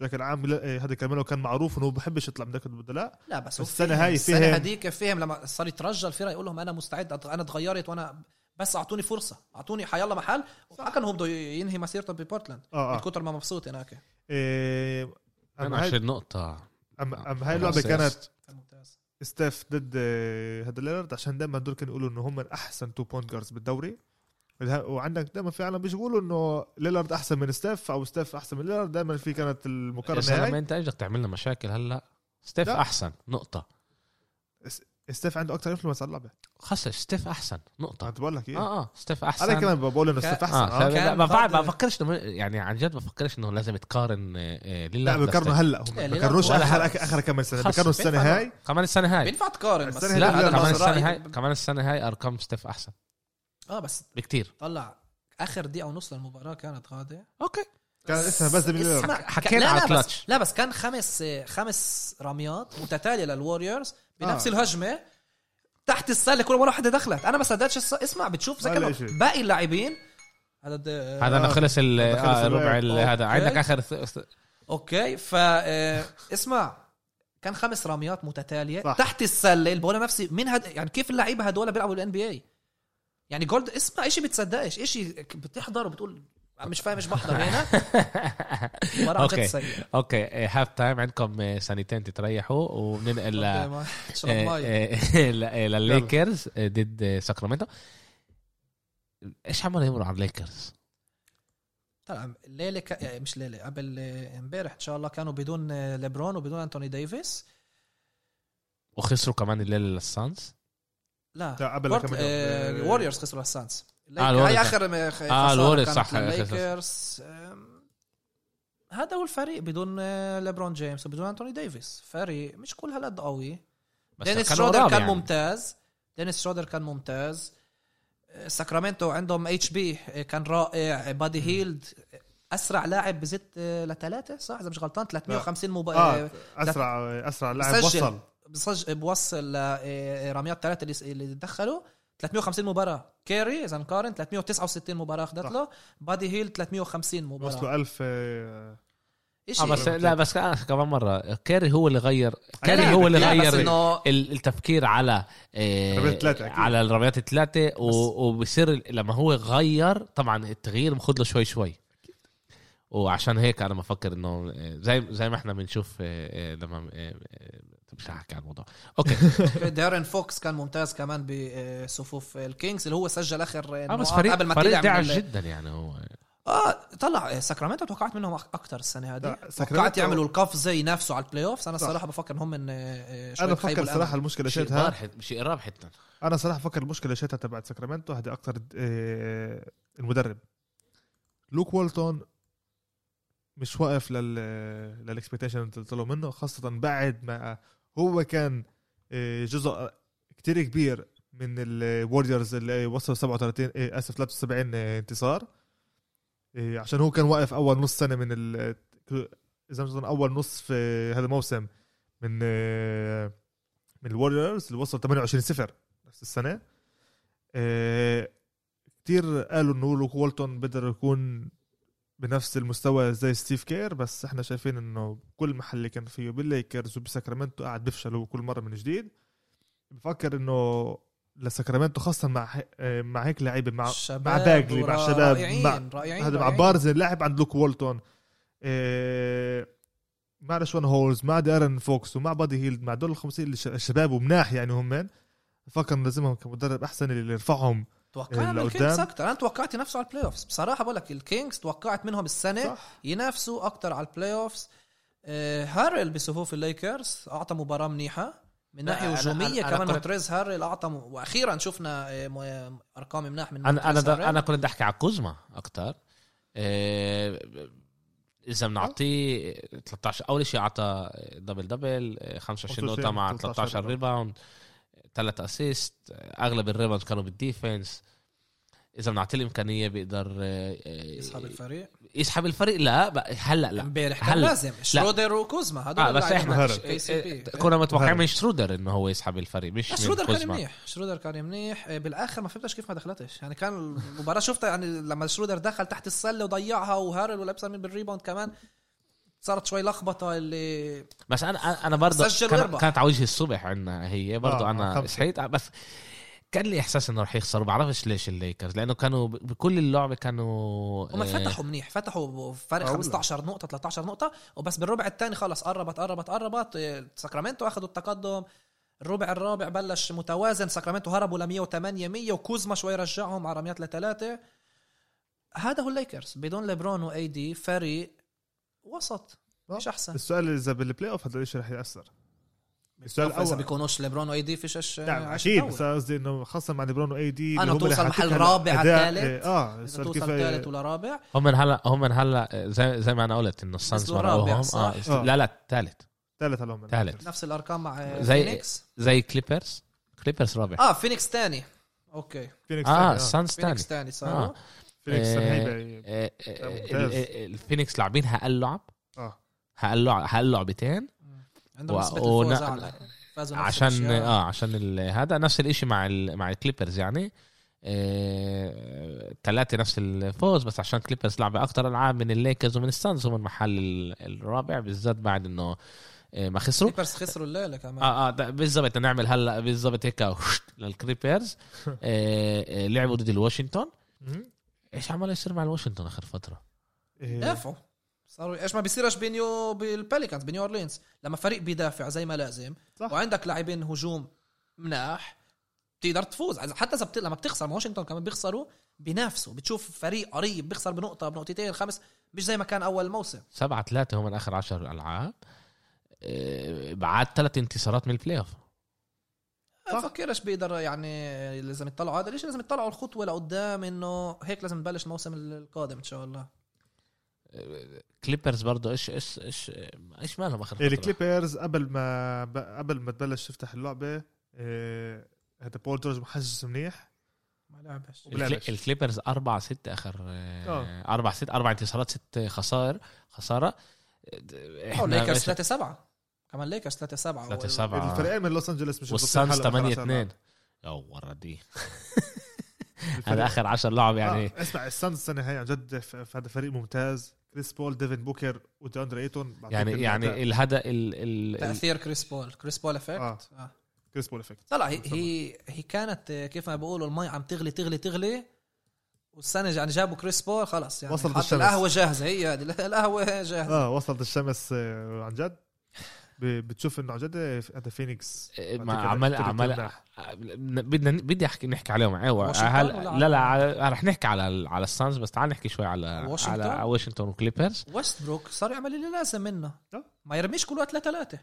بشكل عام لا، إيه، هذا كارميلو كان معروف انه هو بحبش يطلع من دكه البدلاء لا بس هو السنة فهم. هاي السنه فهم. هذيك فهم لما صار يترجى الفرق يقول لهم انا مستعد أت- انا تغيرت وانا بس اعطوني فرصه اعطوني حيلا محل وحكى انه هو بده ينهي مسيرته ببورتلاند اه من اه كتر ما مبسوط هناك إيه، أما انا هاي- 20 نقطة أم أم هاي اللعبه كانت كان ممتاز ستيف ضد آه، هذا ليلارد عشان دائما دول كانوا يقولوا انه هم احسن تو بوينت جاردز بالدوري الها- وعندك دائما في عالم بيجوا يقولوا انه ليلارد احسن من ستيف او ستيف احسن من ليلارد دائما في كانت يا المقارنه زلمه هاي انت اجك تعمل لنا مشاكل هلا ستيف لا. احسن نقطة ستيف عنده اكثر انفلونس على اللعبه خلص ستيف احسن نقطة كنت بقول لك ايه اه اه ستيف احسن انا كمان بقول انه ستيف احسن اه آه. لا، كان ما بعد ضد- ما بفكرش إنه- يعني عن جد ما بفكرش انه لازم تقارن آه، آه، لا ليلارد بيقارنوا لستيف. هلا هم إيه، ليلارد بيقارنوش ولا اخر هلا. اخر كم سنه خلص. بيقارنوا السنه بينفع هاي كمان السنة هاي بينفع تقارن بس السنة هاي لا لا، كمان بس السنة هاي كمان السنة هاي ارقام ستيف احسن اه بس بكتير طلع اخر دقيقه ونص للمباراه كانت غاده اوكي كان اسمها بس ديمين ليلارد اسمع، حكينا لا، على لا، بس- كلتش. لا بس كان خمس خمس رميات متتاليه للوريورز بنفس آه. آه. الهجمه تحت السله كل ولا وحده دخلت انا ما صدقتش الس- اسمع بتشوف زي ولا كأنه شيء. باقي اللاعبين هذا د- هذا انا آه. خلص ال- هذا خلص آه، ربع ال- الربع. هذا أوكي. عندك اخر ث- ث- اوكي ف آه، اسمع كان خمس رميات متتاليه صح. صح. تحت السله البولا نفسي من هد... يعني كيف اللعيبه هدول بيلعبوا الان بي اي يعني جولد اسمع اشي بتصدقش اشي بتحضر وبتقول مش فاهم ايش بحضر هنا مباراه عن جد أوكي. سيئه اوكي آه، هاف تايم عندكم آه، سنتين تريحوا وبننقل ل- آه، أوكي، ما- اشرب إيه، مي للليكرز آه، ضد ساكرامنتو ايش عمال يمروا على الليكرز؟ طلع ليله ك... يعني مش ليله قبل آه، امبارح ان شاء الله كانوا بدون آه، ليبرون وبدون انتوني ديفيس وخسروا كمان الليله للسانز لا لا، قبل بورت... كم يوم. آه... آه، الوريورز خسروا السانس الوريورز. هاي اخر آه آه، الوريورز، صح، الليكرز هذا هو الفريق بدون آه، ليبرون جيمس وبدون انتوني ديفيس فريق مش كل هالقد قوي دينيس شرودر يعني. كان ممتاز دينيس شرودر كان ممتاز آه، ساكرامنتو عندهم اتش بي آه، كان رائع بادي هيلد آه، اسرع لاعب بزت آه، لثلاثه صح اذا مش غلطان 350 موب... اه آه. اسرع اسرع لاعب بسجل. وصل بصج... بوصل لرميات ثلاثه اللي اللي دخلوا 350 مباراه كيري اذا نقارن 369 مباراه اخذت صح. له بادي هيل 350 مباراه وصلوا 1000 آه، ايش اه بس لا بس آه، كمان مره كيري هو اللي غير كيري لا، هو اللي لا، بس غير انه ال- التفكير على آه، ربيع الثلاثة أكيد. على الربيات الثلاثه و- وبصير ال- لما هو غير طبعا التغيير بخد له شوي شوي وعشان هيك انا بفكر انه آه، زي زي ما احنا بنشوف آه، آه، لما آه، آه، طب مش هحكي عن الموضوع اوكي دارين فوكس كان ممتاز كمان بصفوف الكينجز اللي هو سجل اخر اه بس نقاط فريق قبل ما فريق طلع من داعش ال- جدا يعني هو اه طلع ساكرامنتو توقعت منهم اكثر السنه هذه لا، توقعت ساكرامنتو- يعملوا القفزه ينافسوا على البلاي اوفز انا صح. الصراحه بفكر انهم من آه، آه، شوية انا خيبوا بفكر الأمل. صراحه المشكله شيء شفتها قارح- شيء قراب حتى انا صراحه بفكر المشكله شتها تبعت ساكرامنتو هذا اكثر المدرب لوك والتون مش واقف لل للاكسبكتيشن اللي طلعوا منه خاصه بعد ما هو كان آه، جزء كتير كبير من الوريورز اللي وصلوا 37 آه، اسف 73 آه، انتصار آه، عشان هو كان واقف اول نص سنه من ال- اذا مش غلطان اول نص في هذا الموسم من آه، من الوريورز اللي وصلوا 28 0 نفس السنه آه كتير قالوا انه لوك والتون بقدر يكون بنفس المستوى زي ستيف كير بس احنا شايفين انه كل محل اللي كان فيه بالليكرز وبساكرامنتو قاعد بيفشل وكل مره من جديد بفكر انه لسكرامنتو خاصه مع ه- آه، مع هيك لعيبه مع شباب مع باجلي، مع ورا- شباب، رائعين مع- رائعين هذا مع رائعين. بارز لاعب عند لوك وولتون آه، مع رشوان هولز مع دارن فوكس ومع بادي هيلد مع دول الخمسين اللي ش- الشباب ومناح يعني هم فكر نلزمهم كمدرب احسن اللي يرفعهم توقعنا من اللي الكينجز قدام. اكثر انا توقعت ينافسوا على البلاي اوفز بصراحه بقول لك الكينجز توقعت منهم السنه صح ينافسوا اكثر على البلاي اوفز آه، هارل بصفوف الليكرز اعطى مباراه منيحه من لا، ناحيه أنا- هجوميه أنا- أنا كمان كنت- مونتريز هارل اعطى م... واخيرا شفنا آه، م- ارقام مناح من انا انا مونتريز هارل. ده انا كنت بدي احكي على كوزما اكثر اذا بنعطيه 13 اول شيء اعطى دبل دبل آه، 25 نقطه مع 13 13 ريباوند 3 اسيست اغلب الريباوند آه، كانوا بالديفنس اذا بنعطيه الامكانيه بيقدر آه، آه، يسحب الفريق يسحب الفريق لا بقى- هلا لا امبارح كان هلا. لازم شرودر وكوزما هذول اه بس احنا مهرب. إيه، إيه، KCP. كنا متوقعين مهرب. من شرودر انه هو يسحب الفريق مش لا، من شرودر كان كوزما. منيح شرودر كان منيح آه، بالاخر ما فهمتش كيف ما دخلتش يعني كان المباراه شفتها يعني لما شرودر دخل تحت السله وضيعها وهارل ولبسها من بالريباوند كمان صارت شوي لخبطه اللي بس انا انا برضه سجل كان- ويربح. كانت على وجهي الصبح عندنا هي برضه آه، انا خمسة. صحيت بس كان لي احساس انه رح يخسروا بعرفش ليش الليكرز لانه كانوا ب- بكل اللعبه كانوا هم آه، إيه. فتحوا منيح فتحوا فرق أقول لك. 15 نقطة 13 نقطة وبس بالربع الثاني خلص قربت قربت قربت إيه، ساكرامنتو اخذوا التقدم الربع الرابع بلش متوازن ساكرامنتو هربوا ل 108 100 وكوزما شوي رجعهم على رميات لثلاثة هذا هو الليكرز بدون ليبرون واي دي فريق وسط مش احسن السؤال اذا بالبلاي اوف هذا الشيء رح ياثر السؤال اذا الأول. بيكونوش ليبرون واي دي فيش ايش نعم آه، اكيد عيش بس تطور. أنا قصدي انه خاصه مع ليبرون واي دي أنا اللي هم اللي توصل حاطين محل هلا رابع على أداء- الثالث. اه اذا السؤال توصل كيف ثالث ولا رابع هم من هلا هم من هلا آه، زي زي ما انا قلت انه السانز نزلوا رابع، مرقوهم صح؟ اه آه. لا لا الثالث ثالث هلا هم. ثالث. نفس الارقام مع آه، زي- فينيكس زي كليبرز كليبرز رابع اه فينيكس ثاني اوكي فينيكس اه آه، ثاني، آه. السانز ثاني فينيكس ثاني صاروا اه فينيكس آه، سنهيبة. آه، آه، ممتاز. ال- ال- الفينيكس لاعبين هقل لعب اه هقل لعب هقل لعبتين عندهم و- نسبة ونا- الفوز أعلى فازوا نفس عشان الأشياء. اه عشان ال- هذا نفس الاشي مع ال... مع الكليبرز يعني آه... ثلاثة نفس الفوز بس عشان كليبرز لعبة أكتر ألعاب من الليكرز ومن السانز هم المحل ال- الرابع بالذات بعد إنه آه ما خسروا كليبرز خسروا الليلة كمان اه اه ده بالضبط نعمل هلا بالضبط هيك وشت للكليبرز آه آه لعبوا ضد الواشنطن مم. ايش عمال يصير مع الواشنطن آخر فترة؟ إيه. دافعوا صاروا ايش ما بيصيرش بينيو بالباليكانز بنيو اورلينز لما فريق بيدافع زي ما لازم صح. وعندك لاعبين هجوم مناح بتقدر تفوز إذا- حتى اذا بت... لما بتخسر ما واشنطن كمان بيخسروا بينافسوا بتشوف فريق قريب بيخسر بنقطه بنقطتين خمس مش زي ما كان اول الموسم سبعة ثلاثة هم من آخر عشر ألعاب آه بعد ثلاث انتصارات من البلاي أوف بفكرش بيقدر يعني لازم يطلعوا هذا ليش لازم يطلعوا الخطوه لقدام انه هيك لازم نبلش الموسم القادم ان شاء الله كليبرز برضه ايش ايش ايش ايش مالهم اخر فتره إيه، الكليبرز قبل ما ب- قبل ما تبلش تفتح اللعبه إيه، هذا بول جورج محجز منيح ما لعبش الكلي- وبلعبش. الكليبرز 4 6 اخر آه. 4 6 4 انتصارات 6 خسائر خساره او ليكرز ماشي- 3 7 كمان ليكرز 3 7 3 7 الفريقين من لوس انجلوس مش والسانز مظبطين 8 حالهم آخر 2 لعبة. يا ورا دي الفريق- هذا اخر 10 لعب يعني آه، اسمع السانز السنه هاي عن جد ف- ف- هذا فريق ممتاز كريس بول ديفن بوكر وداندري ايتون بعطيك يعني يعني المعدة. الهدف ال ال- ال تاثير كريس بول كريس بول آه. افكت آه. كريس بول افكت لا لا هي هي, هي كانت آه، كيف ما بيقولوا المي عم تغلي تغلي تغلي والسنه يعني جابوا كريس بول خلص يعني وصلت حط الشمس. القهوه جاهزه هي هذه القهوه جاهزه اه وصلت الشمس آه، عن جد ب- بتشوف انه عن جد هذا فينيكس ما عمل عمل بدنا بدي احكي نحكي عليهم ايوه واشنطن ولا هلا على- لا لا على- رح نحكي على على السانز بس تعال نحكي شوي على واشنطن؟ على واشنطن وكليبرز ويستبروك صار يعمل اللي لازم منه آه. ما يرميش كل وقت لثلاثه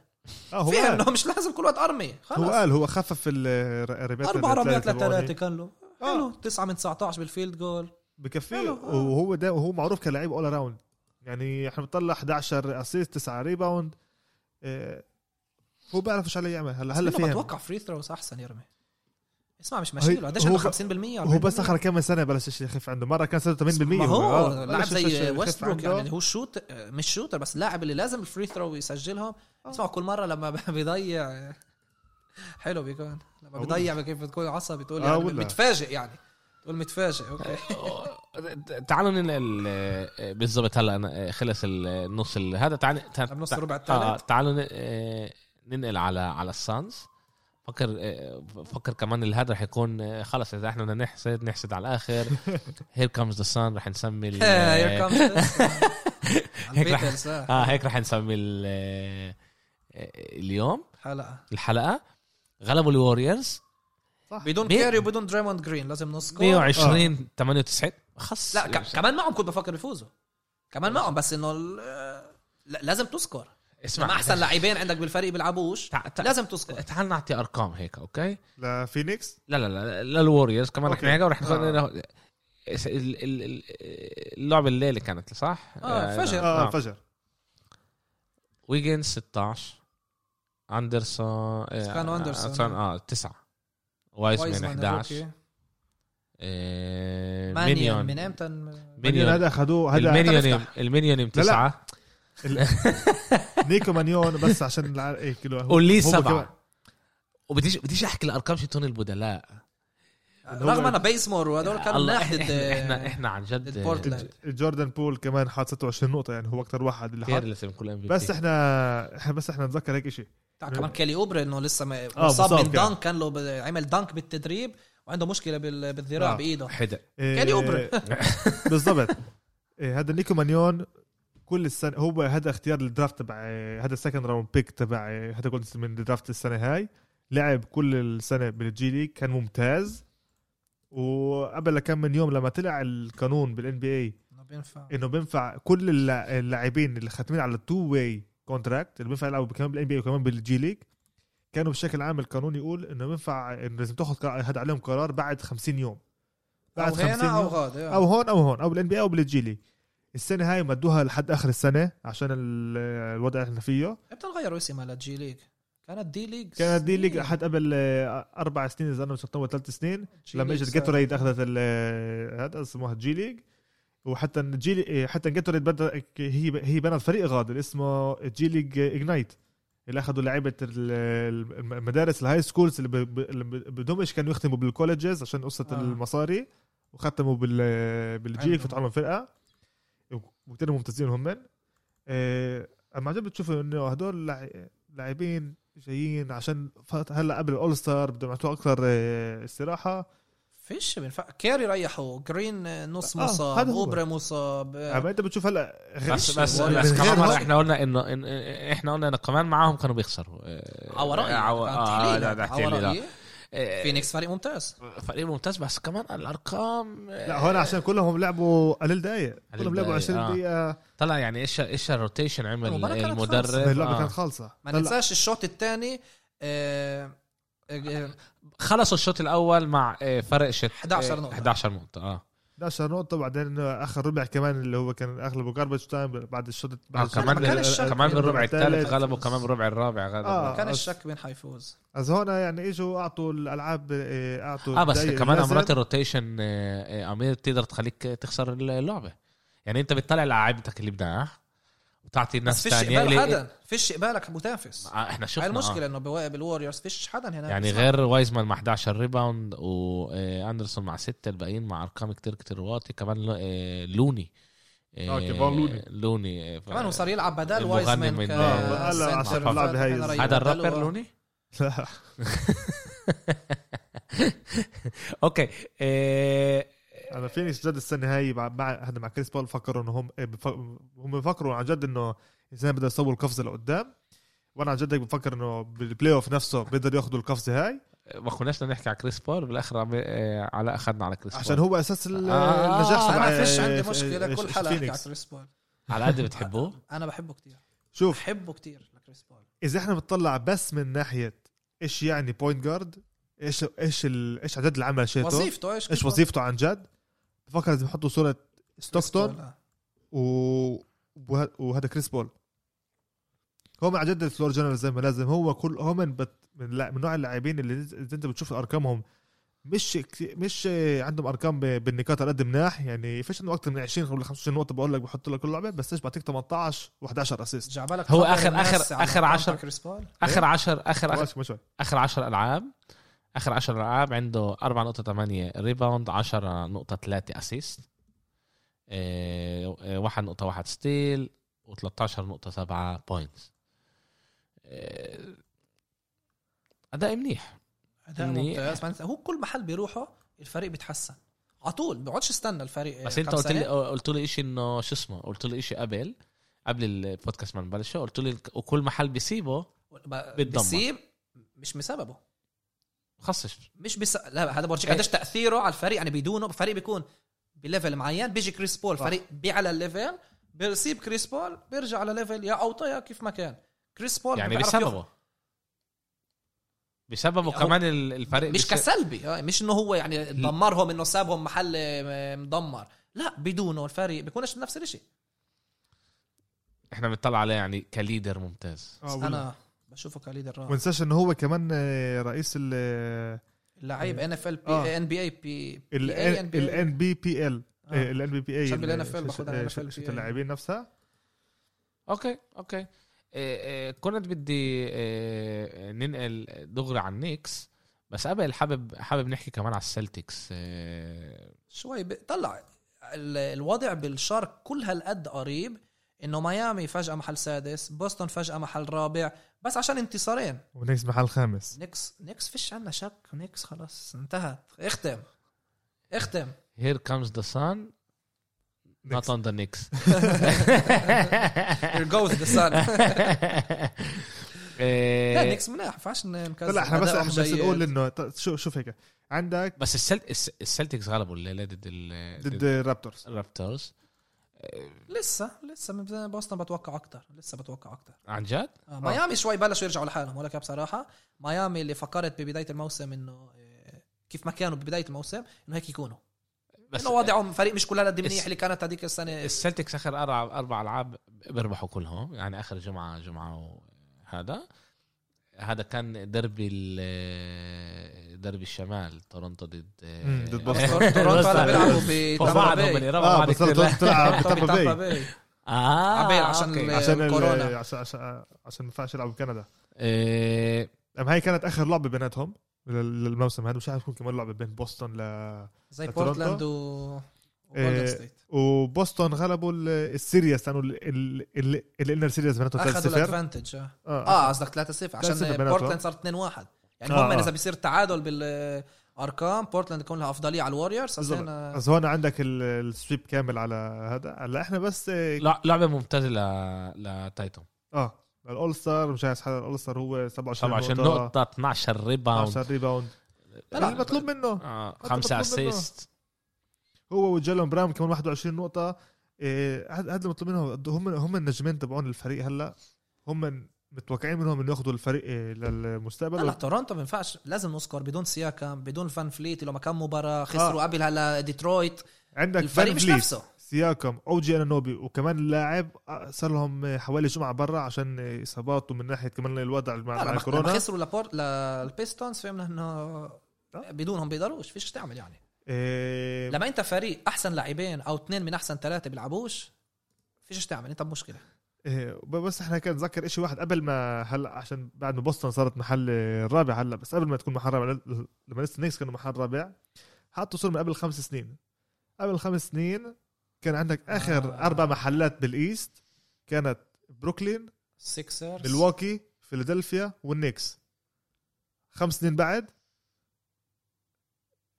اه هو فيها قال انه مش لازم كل وقت ارمي هو خلص قال هو خفف الرميات اربع رميات لثلاثه للثلاثه كان له آه. حلو 9 من 19 بالفيلد جول بكفيه حلو، آه. وهو ده وهو معروف كلاعب اول راوند يعني احنا بنطلع 11 اسيست 9 ريباوند آه، هو بيعرف ايش عليه يعمل هلا هلا هلا فيها فاهم بتوقع فري ثروز احسن يرمي اسمع مش هي- ماشي له قديش هو عنده ب- 50% هو بس اخر كم سنه بلش الشيء يخف عنده مره كان 86% يعني ما هو آه، لاعب بلش الشيء زي يخف ويست بروك عنده. يعني هو شوت مش شوتر بس لاعب اللي لازم الفري ثرو يسجلهم آه. اسمع كل مره لما ب- بيضيع حلو بيكون لما أقول بيضيع كيف بتكون عصبي تقول آه، يعني ولا. متفاجئ يعني تقول متفاجئ اوكي تعالوا ننقل آه، بالضبط هلا أنا، آه، خلص النص ال- هذا تعال نص الربع آه، الثالث تعالوا ن- آه، ننقل على على السانز فكر آه، فكر كمان الهاد رح يكون آه، خلص اذا احنا بدنا نحسد نحسد على الاخر هير كمز ذا سان رح نسمي آه، ال- Here comes this. هيك رح- البيتلز، آه. اه هيك رح نسمي ال- آه، آه، اليوم حلقه الحلقه غلبوا الوريورز آه. بدون مية- كيري وبدون دريموند جرين لازم نسكور 120 98 خص لا ك- كمان معهم كنت بفكر يفوزوا كمان معهم بس انه ال- آه، لا- لازم تسكر اسمع لما احسن لعيبين عندك بالفريق بيلعبوش تع- تع- لازم تسكر تعال نعطي ارقام هيك اوكي لفينيكس لا لا لا للوريورز كمان رح أوكي. نحكي ورح ناخذ آه. ال- ال- ال- اللعبه الليله كانت صح؟ آه، فجر. اه فجر ويجنز 16 اندرسون آه، كان أندرسون. أندرسون، اه 9 وايزمان آه، وايزمان 11 الروكي. آه، مانيون يعني، من مينيون امتى مانيون مينيون هذا اخذوه هذا المينيون يعني. المينيون 9 نيكو مانيون بس عشان الع- إيه كله هو- ولي هو كمان. سبعة وبديش بديش احكي الارقام شتون البدلاء رغم انا بيسمور وهدول كانوا الله، ناحية احنا احنا آه، احنا عن ضد جد بورتلاند. جوردن بول كمان حاط 26 نقطه يعني هو اكثر واحد اللي حاط كيرلس كل ام بس احنا احنا بس احنا نتذكر هيك شيء كمان كيلي اوبري انه لسه ما- آه، مصاب مصاب كان. من دانك كان له ب- عمل دانك بالتدريب وعنده مشكله بال- بالذراع آه. بايده حدا إيه، كان يوبري. بالضبط إيه، هذا نيكو مانيون كل السنه هو هذا اختيار الدرافت تبع إيه، هذا السكند راوند بيك تبع إيه، هذا قلت من الدرافت السنه هاي لعب كل السنه بالجي ليج كان ممتاز وقبل كم من يوم لما طلع القانون بالان بي اي إنه بينفع انه بينفع كل اللا- اللاعبين اللي خاتمين على التو واي كونتراكت اللي بينفع يلعبوا كمان بالان بي اي وكمان بالجي ليج كانوا بشكل عام القانون يقول انه بينفع انه لازم تاخذ قرار- هذا عليهم قرار بعد 50 يوم بعد او 50 هنا او يوم غاد آه. او هون او هون او بالان بي اي او بالجي ليج السنه هاي مدوها لحد اخر السنه عشان ال- الوضع اللي احنا فيه امتى غيروا اسمها لجي ليج؟ كانت دي ليج كانت دي ليج سنين. لحد قبل آه، اربع سنين اذا انا مش غلطان ثلاث سنين جي لما ليج اجت صار. جاتوريد اخذت ال- آه، هذا اسمه جي ليج وحتى الجي حتى جاتوريد بدأ هي هي بنت فريق غاد اللي اسمه جي ليج اجنايت اللي اخذوا لعيبه ال- المدارس الهاي سكولز اللي ب- ب- اللي بدهم إيش كانوا يختموا بالكولجز عشان قصه آه. آه. المصاري وختموا بال بالجي ليج عندهم. فتحوا لهم فرقه وكثير ممتازين هم آه، اما عجب تشوفوا انه هدول لع- لاعبين جايين عشان فت- هلا قبل الاول ستار بدهم يعطوا اكثر آه، استراحه فيش بينفع كاري ريحوا جرين آه، نص آه، مصاب هذا هو. اوبري مصاب آه، اما انت بتشوف هلا غير بس ليش بس, الوريورز بس غير كمان مرة هون؟ احنا قلنا انه إن- احنا قلنا انه كمان معاهم كانوا بيخسروا آه، عورائي آه، عو- كان آه، تحليل. لا لا تحكي لي لا عورائي. آه، فينيكس فريق ممتاز فريق ممتاز بس كمان الارقام آه، لا هون عشان كلهم لعبوا قليل دقائق قليل كلهم لعبوا دقايق، 20 آه. دقيقه طلع يعني ايش ايش الروتيشن عمل المباراة كانت المدرب خلص. اللعبه آه. كانت خالصه ما هلا ننساش الشوط الثاني آه، آه، خلصوا الشوط الاول مع آه، فرق شت 11 نقطة. 11 نقطة اه 11 نقطه بعدين اخر ربع كمان اللي هو كان اغلبه جاربج تايم بعد الشوط بعد آه، كمان ما كان بال- الشك كمان بالربع بالربع الثالث الثالث. غلبوا كمان بالربع الرابع غلبوا آه. كان بس- الشك مين حيفوز از هون يعني اجوا اعطوا الالعاب إيه، اعطوا اه بس الدقايق كمان اللازم. مرات الروتيشن آه، آه، امير تقدر تخليك تخسر اللعبه يعني انت بتطلع لعيبتك اللي بدها آه؟ وتعطي بس الناس فيش ثانيه قبال حدا فيش قبالك متنافس احنا هاي شفنا آه. المشكله انه بوا- بالوريورز فيش حدا هنا يعني غير وايزمان مع 11 ريباوند واندرسون مع 6 الباقيين مع ارقام كتير كتير واطي كمان ل- آه، لوني آه، كيفون لوني. لوني آه، ف- كمان هو صار يلعب بدل المغني وايزمان من- ك- آه، هلا سنتر عشان اللعبة فكان هاي ريح الزلمة. هذا بدله. الرابر لوني لا، اوكي آه، انا فينيكس جد السنه هاي مع- مع هذا مع كريس بول فكروا انه هم إيه، بف- هم بفكروا عن جد انه السنه بدهم يسووا القفزه لقدام وانا عن جد هيك بفكر انه بالبلاي اوف نفسه بيقدروا ياخذوا القفزه هاي ما كناش بدنا نحكي على كريس بول بالاخر عم- آه، علاء اخذنا على كريس عشان بول هو اساس ال- آه، النجاح إيه، تبع انا فيش عندي ف- مشكله كل ف- حلقه أحكي على آه، فينيكس. كريس بول على قد بتحبوه انا بحبه كثير شوف بحبه كثير لكريس بول اذا احنا بنطلع بس من ناحيه ايش يعني بوينت جارد ايش ايش ال... ايش عدد العمل شيته وظيفته ايش ايش وظيفته عن جد بفكر لازم يحطوا صوره ستوكتون و... وه- وهذا كريس بول هم عن جد الفلور جنرال زي ما لازم هو كل هم من بت... من, لا... من نوع اللاعبين اللي إذا انت بتشوف ارقامهم مش كتير مش عندهم ارقام ب- بالنقاط على قد مناح يعني فيش عندهم اكثر من 20 ولا 25 نقطه بقول لك بحط لك كل لعبه بس ايش بعطيك 18 و11 اسيست جعبالك هو خبر آخر- آخر- الناس على آخر أرقام عشر. تاع كريس بول اخر 10 اخر آخر- ماشي ماشي اخر 10 العاب اخر 10 العاب عنده 4.8 ريباوند 10.3 اسيست آه، 1.1 ستيل و13.7 بوينتس اداء آه، منيح اداء إني- ممتاز ما ننسى- هو كل محل بيروحه الفريق بيتحسن على طول بيقعدش يستنى الفريق بس آه، انت كام قلت لي سنة. قلت لي شيء انه شو اسمه قلت لي شيء قبل قبل البودكاست ما نبلش قلت لي وكل محل بيسيبه ب- بتدمر. بيسيب مش بسببه خصش مش بس لا هذا بورجيك إيه. قديش تاثيره على الفريق يعني بدونه فريق بيكون بليفل معين بيجي كريس بول فريق بيعلى الليفل بيصيب كريس بول بيرجع على ليفل يا اوطى يا كيف ما كان كريس بول يعني بيعرف يخ- بسببه بسببه هو- كمان ال- الفريق مش بيصير- كسلبي آه، مش انه هو يعني دمرهم انه سابهم محل آه، مدمر لا بدونه الفريق بيكونش نفس الشيء احنا بنطلع عليه يعني كليدر ممتاز آه، ولا- انا بشوفه كليدر رائع وانساش انه هو كمان آه، رئيس ال لعيب ان اف ال بي آه. ان بي اي بي ال بي بي ال آه. الان بي بي اي عشان بال NFL باخدها NFL شفت اللاعبين نفسها اوكي اوكي إيه، إيه، كنت بدي إيه، ننقل دغري عن نيكس بس قبل حابب حابب نحكي كمان على السلتكس إيه، شوي ب- طلع ال- الوضع بالشرق كل هالقد قريب انه ميامي فجاه محل سادس بوسطن فجاه محل رابع بس عشان انتصارين ونيكس محل خامس نيكس نيكس فيش عنا شك نيكس خلاص انتهت اختم اختم Here comes the sun not نيكس. on the Knicks Here goes the sun لا إيه، نيكس منيح ما ينفعش نكسر لا احنا بس أدائهم بس جيد. نقول انه ط- شو شوف هيك عندك بس السلت الس- السلتكس غلبوا الليله ضد ال- ضد الرابترز الرابترز لسه لسه من بوسطن بتوقع اكتر لسه بتوقع اكتر عن جد؟ آه، ميامي شوي بلشوا يرجعوا لحالهم ولك بصراحه ميامي اللي فكرت ببدايه الموسم انه آه، كيف ما كانوا ببدايه الموسم انه هيك يكونوا بس انه وضعهم فريق مش كلها قد الس- منيح اللي كانت هذيك السنه السلتكس اخر اربع اربع العاب بيربحوا كلهم يعني اخر جمعه جمعه وهذا هذا كان دربي ال- دربي الشمال تورونتو ضد آه، مم، ضد بوسطن. تورنتو هلا بيلعبوا فبعضهم يعني بتامبا باي ربعوا اه بعض بس كتير. تلعب بتامبا تامبا باي باي اه عبال عشان أوكي. ال- عشان ال- كورونا. عشان عشان عشان ما ينفعش يلعبوا بكندا إيه، أم هاي كانت اخر لعبه بيناتهم لل- للموسم هذا مش عارف تكون كمان لعبه بين بوسطن ل زي تورنتو. بورتلاند و وجولدن آه، ستيت وبوسطن غلبوا ال- السيريس لانه الانر سيريس بيناتهم 3 اخذوا 0 الادفانتج اه اه اه قصدك 3-0 3-0 عشان بيناتهم. بورتلاند صارت 2-1 يعني آه، هم آه. اذا بيصير تعادل بالارقام بورتلاند يكون لها افضليه على الوريورز آه، بالضبط. عشان بس هون عندك ال- السويب كامل على هذا هلا احنا بس آه، لع- لعبه ممتازه ل- لتايتون اه الاول ستار مش عارف حدا الاول ستار هو 27 27 نقطه 12 ريباوند 10 ريباوند طلع. المطلوب منه آه، أنت خمسه مطلوب منه. اسيست هو وجالون براون كمان 21 نقطة إيه، هذا هذا اللي مطلوب منهم هم هم النجمين تبعون الفريق هلا هم متوقعين منهم انه ياخذوا الفريق إيه، للمستقبل لا تورونتو ما ينفعش لازم نذكر بدون سياكام بدون فان فليت لو ما كان مباراه آه. خسروا قبل هلا ديترويت عندك الفريق الفريق مش نفسه سياكم او جي انوبي وكمان لاعب آه، صار لهم آه، حوالي جمعه برا عشان آه، اصابات ومن ناحيه كمان الوضع مع, لا مع لما لما الكورونا خسروا لابورت للبيستونز فهمنا انه آه. بدونهم بيقدروش فيش تعمل يعني إيه، لما انت فريق احسن لاعبين او اثنين من احسن ثلاثه بيلعبوش فيش تعمل انت بمشكله إيه، بس احنا كان نتذكر شيء واحد قبل ما هلا عشان بعد ما بوسطن صارت محل رابع هلا بس قبل ما تكون محل رابع لما لسه نيكس كانوا محل رابع حطوا صور من قبل خمس سنين قبل خمس سنين كان عندك اخر آه. آه. اربع محلات بالايست كانت بروكلين سيكسرز ملواكي فيلادلفيا والنيكس خمس سنين بعد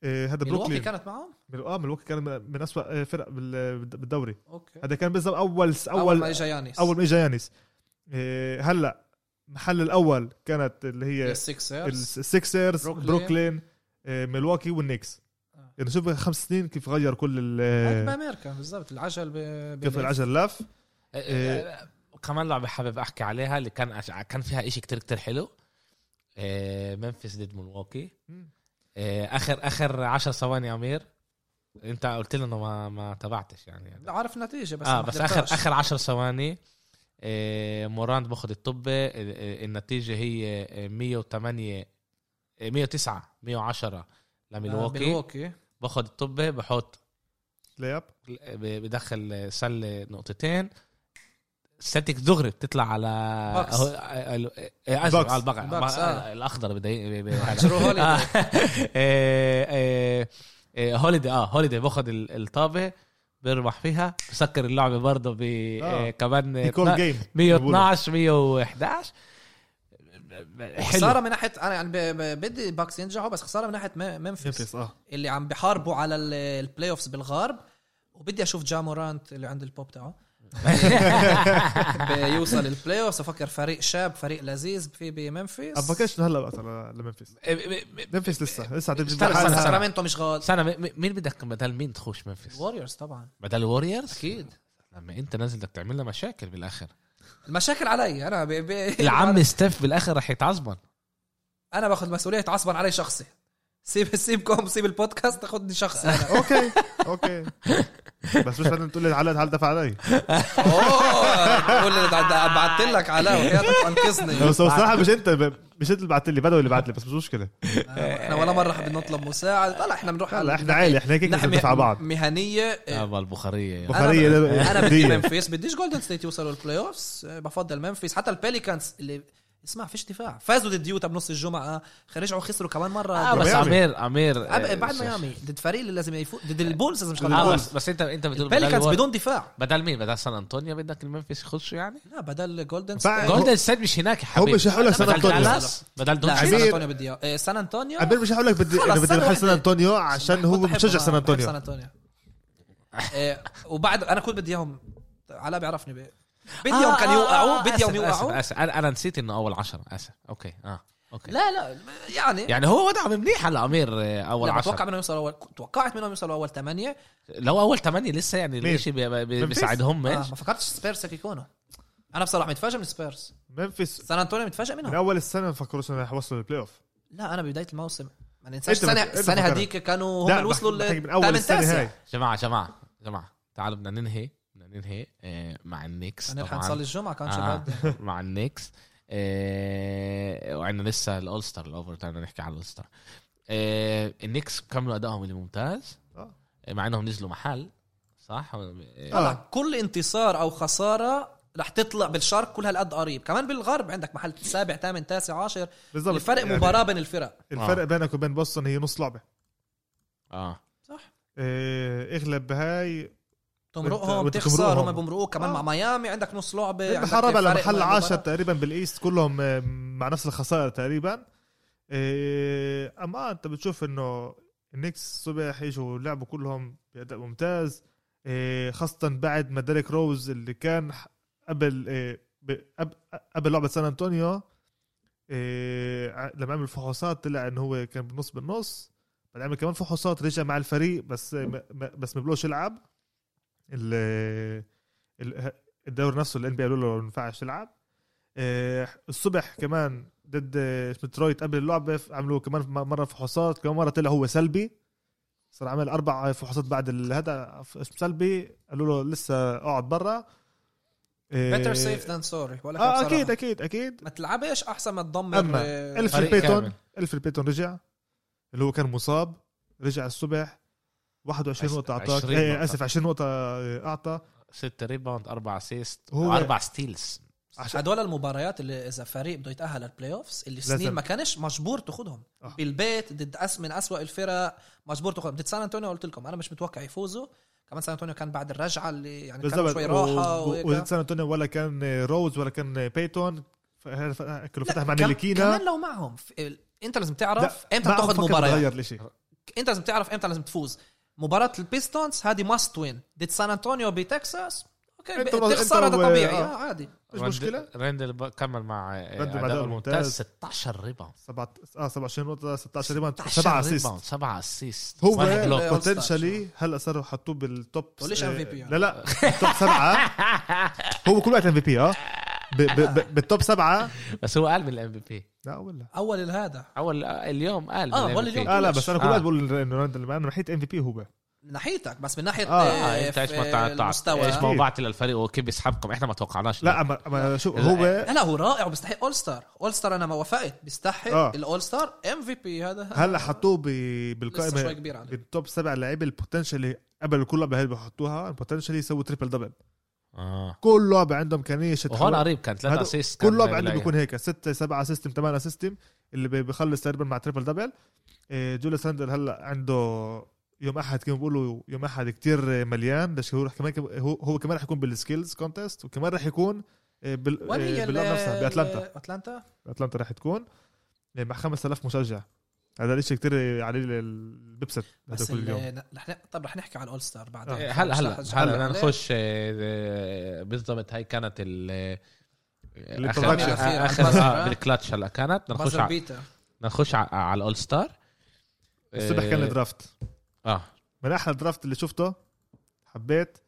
إيه هذا ملواكي بروكلين كانت معهم مل- اه ملواكي كان من من اسوء فرق بال- بالدوري اوكي هذا كان بالضبط اول اول اول ما اجى يانيس اول ما اجى يانس إيه، هلا المحل الاول كانت اللي هي السيكسرز السكسرز بروكلين. بروكلين إيه، ميلواكي والنيكس آه. يعني شوف خمس سنين كيف غير كل ال- آه، بامريكا بالضبط العجل ب- كيف بال- العجل لف إيه. كمان لعبه حابب احكي عليها اللي كان أش- كان فيها إشي كتير كتير حلو إيه، منفس ضد ملواكي مم. إيه، اخر اخر 10 ثواني يا امير انت قلت لي انه ما ما تبعتش يعني لا، عارف النتيجه بس اه ما بس اخر حضرتهاش. اخر 10 ثواني إيه، موراند باخذ الطبه ال- ال- النتيجه هي إيه، 108 إيه، 109 110 آه، لميلواكي ملواكي باخذ الطبه بحط لياب آه، ب- بدخل سله نقطتين سلتك دغري بتطلع على باكس. هو- ال- إيه، أسف، باكس. على البقع باكس، آه. الاخضر بدي ب- ب- جرو هوليدي. آه. إيه، إيه، إيه، هوليدي اه هوليدي باخذ ال- الطابه بيربح فيها بسكر اللعبه برضه ب آه. كمان كول جيم 112 111 حلو خساره من ناحيه انا يعني ب- ب- بدي الباكس ينجحوا بس خساره من ناحيه مم- ممفيس ينفس اه اللي عم بحاربوا على ال- البلاي اوفز بالغرب وبدي اشوف جامورانت اللي عند البوب تاعه بيوصل البلاي اوفز افكر فريق شاب فريق لذيذ في بممفيس افكرش هلا وقت على لمنفس منفس لسه لسه عم استنى، استنى، استنى. ساكرامنتو مش غال سنة م- م- مين بدك بدل مين تخش منفس؟ ووريرز طبعا بدل ووريرز؟ اكيد لما انت نازل بدك تعمل لها مشاكل بالاخر المشاكل علي انا ب... ب... العم ستيف بالاخر رح يتعصبن انا باخذ مسؤوليه عصبا علي شخصي سيب سيبكم سيب البودكاست تاخذني شخصي انا اوكي اوكي بس مش لازم تقول لي تعال تعال دفع علي اوه كل اللي بعت لك علاء وحياتك انقذني بس هو صراحه مش انت مش انت اللي بعت لي بدوي اللي بعت لي بس مش مشكله آه، احنا ولا مره حبينا نطلب مساعده طلع احنا بنروح هلا احنا عيله احنا هيك نحن ندفع بعض مهنيه ابا البخاريه أنا- بخاريه انا بدي دي. ممفيس بديش جولدن ستيت يوصلوا البلاي اوفز بفضل ممفيس حتى البيليكانز اللي اسمع فيش دفاع فازوا ضد يوتا بنص الجمعه رجعوا خسروا كمان مره آه ضد- بس ميامي. عمير عمير أب- آه، بعد ش- ميامي ضد فريق اللي لازم يفوز ضد البولز لازم مش آه غلبان بس بس انت انت بتقول بدل البيليكانز وور- بدون دفاع بدل مين؟ بدل سان انطونيو بدك المنفس يخشوا يعني؟ لا بدل جولدن فا- ستيت جولدن ستيت مش هناك يا هو حبيبي مش هقول لك سان بدل انطونيو دالاس آه، بدل لا دونتش سان عمير. انطونيو بدي إياه. إيه، سان انطونيو قبل مش هقول لك بدي خلص، انا بدي سنة بحب سان واحدة. انطونيو عشان هو بحب- مشجع سان بحب سان انطونيو انطونيو إيه، وبعد انا كنت بدي اياهم علاء بيعرفني ب- بدي آه، اياهم كان آه، يوقعوا آه، بدي اياهم آسف، آسف، يوقعوا آسف. انا أنا نسيت انه اول عشرة اسف اوكي اه اوكي لا لا يعني يعني هو وضع منيح هلا امير آه، اول لا عشرة بتوقع منهم يوصلوا اول توقعت منهم يوصلوا آه، اول ثمانيه لو اول ثمانية لسه يعني مين؟ الشيء بي- بي- ممفيس؟ بيساعدهم آه ما فكرتش سبيرس هيك يكونوا انا بصراحه متفاجئ من سبيرس منفس سان انطونيو متفاجئ من منهم اول السنه ما فكروش انه يوصلوا البلاي اوف لا انا بدايه الموسم ما ننساش أنت بت- السنه أنت السنه إيه، فكرت. هذيك كانوا هم لا، اللي وصلوا بحكي- بحكي من اول السنه هاي للثامن جماعة جماعة جماعة تعالوا بدنا ننهي بدنا ننهي آه، مع النكس نلحق طبعاً. نصلي الجمعه يعني كان آه، شباب مع النكس آه، وعندنا لسه الاولستر الاوفر تايم نحكي على الاولستر آه، النكس كملوا ادائهم اللي ممتاز آه. مع انهم نزلوا محل صح آه، طلع كل انتصار او خساره رح تطلع بالشرق كل هالقد قريب كمان بالغرب عندك محل سابع ثامن تاسع عاشر بالضبط الفرق يعني مباراه بين الفرق الفرق بينك وبين بوسطن هي نص لعبه اه صح إيه، اغلب بهاي تمرقهم وأنت تخسر تمرقهم. هم بمرقوك كمان آه. مع ميامي عندك نص لعبه عندك بحرب على فرق محل مباراة. 10 تقريبا بالايست كلهم آه، مع نفس الخساره تقريبا إيه، اما انت بتشوف انه النكس الصبح اجوا لعبوا كلهم باداء ممتاز إيه، خاصه بعد ما ديريك روز اللي كان ح- قبل إيه، ب- قب- قبل لعبه سان انطونيو إيه، ع- لما عمل فحوصات طلع انه هو كان بالنص بالنص بعد عمل كمان فحوصات رجع مع الفريق بس ما- ما- بس ما بلوش يلعب ال- ال- الدور نفسه الان بي قالوا له ما ينفعش تلعب إيه، الصبح كمان ضد مترويت قبل اللعبه عملوا كمان م- مره فحوصات كمان مره طلع هو سلبي صار عمل اربع فحوصات بعد الهذا سلبي قالوا له لسه اقعد برا إيه، better safe than sorry ولا اه اكيد اكيد اكيد ما تلعبش احسن ما تدمر أما آه، الف فريق كامل. البيتون الف البيتون رجع اللي هو كان مصاب رجع الصبح 21 عش- نقطة 20 أعطاك إيه نقطة. آسف 20 نقطة آه، أعطى ست ريباوند اربع اسيست هو- اربع ستيلز عشان هدول المباريات اللي اذا فريق بده يتاهل للبلاي اوفز اللي سنين لازم. ما كانش مجبور تاخذهم آه. بالبيت ضد أس من اسوء الفرق مجبور تاخذهم ضد سان انطونيو قلت لكم انا مش متوقع يفوزوا كمان سان انطونيو كان بعد الرجعه اللي يعني كان بالضبط شوي راحه و- وهيك. وزيد سان انطونيو ولا كان روز ولا كان بيتون ف- ف- كانوا لا، فتح مع كم- نيليكينا كمان لو معهم في ال- انت لازم لا، تعرف امتى ما عم تاخذ فكر مباريات تغير الاشي انت لازم تعرف امتى لازم تفوز مباراه البيستونز هذه ماست وين ضد سان انطونيو بتكساس اوكي أنت- تخسر أنت هذا و- طبيعي آه. آه، عادي مش مشكلة رندل ب- كمل مع آه، رندل مع أداء أداء ممتاز ممتاز. 16 ريباوند سبعة اه 27 نقطة 16 ريباوند 7 7 اسيست اسيست 7 اسيست هو واحد بلوك. All-Star بوتنشالي هلا صاروا حطوه بالتوب تقوليش آه، MVP يعني. لا لا بالتوب سبعة هو كل وقت ام في بي اه ب- ب- ب- بالتوب سبعة بس هو قال من الام في بي لا ولا اول الهذا اول اليوم قال آه، من ولا MVP. اليوم. اه لا بس انا كل آه. وقت بقول انه راندل انا ناحية ام في بي هو من ناحيتك بس من ناحيه آه، اه انت ايش ما تع- تع- المستوى ايش إيه. ما وضعت للفريق وكيف بيسحبكم احنا ما توقعناش لا اما اما شو لا، هو لا إيه؟ لا هو رائع وبيستحق اول ستار اول ستار انا ما وافقت بيستحق آه. الاول ستار ام في بي هذا هلا حطوه ب- لسه شوي بالقائمة كبير عليه بالتوب سبع لعيبه البوتنشالي قبل كل لعبه هي بحطوها البوتنشالي يسوي تريبل دبل اه كل لعبه عندهم امكانيه يشتغلوا. وهون قريب كان ثلاثة هذا- اسيست كل لعبه عنده بيكون هيك ستة سبعة سيستم ثمانية سيستم اللي بي- بيخلص تقريبا مع تريبل دبل إيه، جوليس راندل هلا عنده يوم احد كانوا بيقولوا يوم احد كتير مليان بس هو رح كمان هو هو كمان رح يكون بالسكيلز كونتest وكمان رح يكون آه، بال- وين هي آه، ال- باللعب نفسها ال- باتلانتا اتلانتا اتلانتا رح تكون آه، مع 5000 مشجع هذا الشيء كتير عليه ال- ببسط هذا بس كل ال- اليوم رح ن- طب رح نحكي على الاول ستار بعدين آه. إيه، هلا هلا رح- رح- هلا بدنا رح- نخش آه، آه، بالضبط هاي كانت ال آه، آخر البرودكشن. آه، آخر البازر، آه، آه. بالكلاتش هلا كانت بدنا نخش بازر على- بيتا بدنا نخش على- على الاول ستار الصبح آه، إيه. كان الدرافت اه من احلى الدرافت اللي شفته حبيت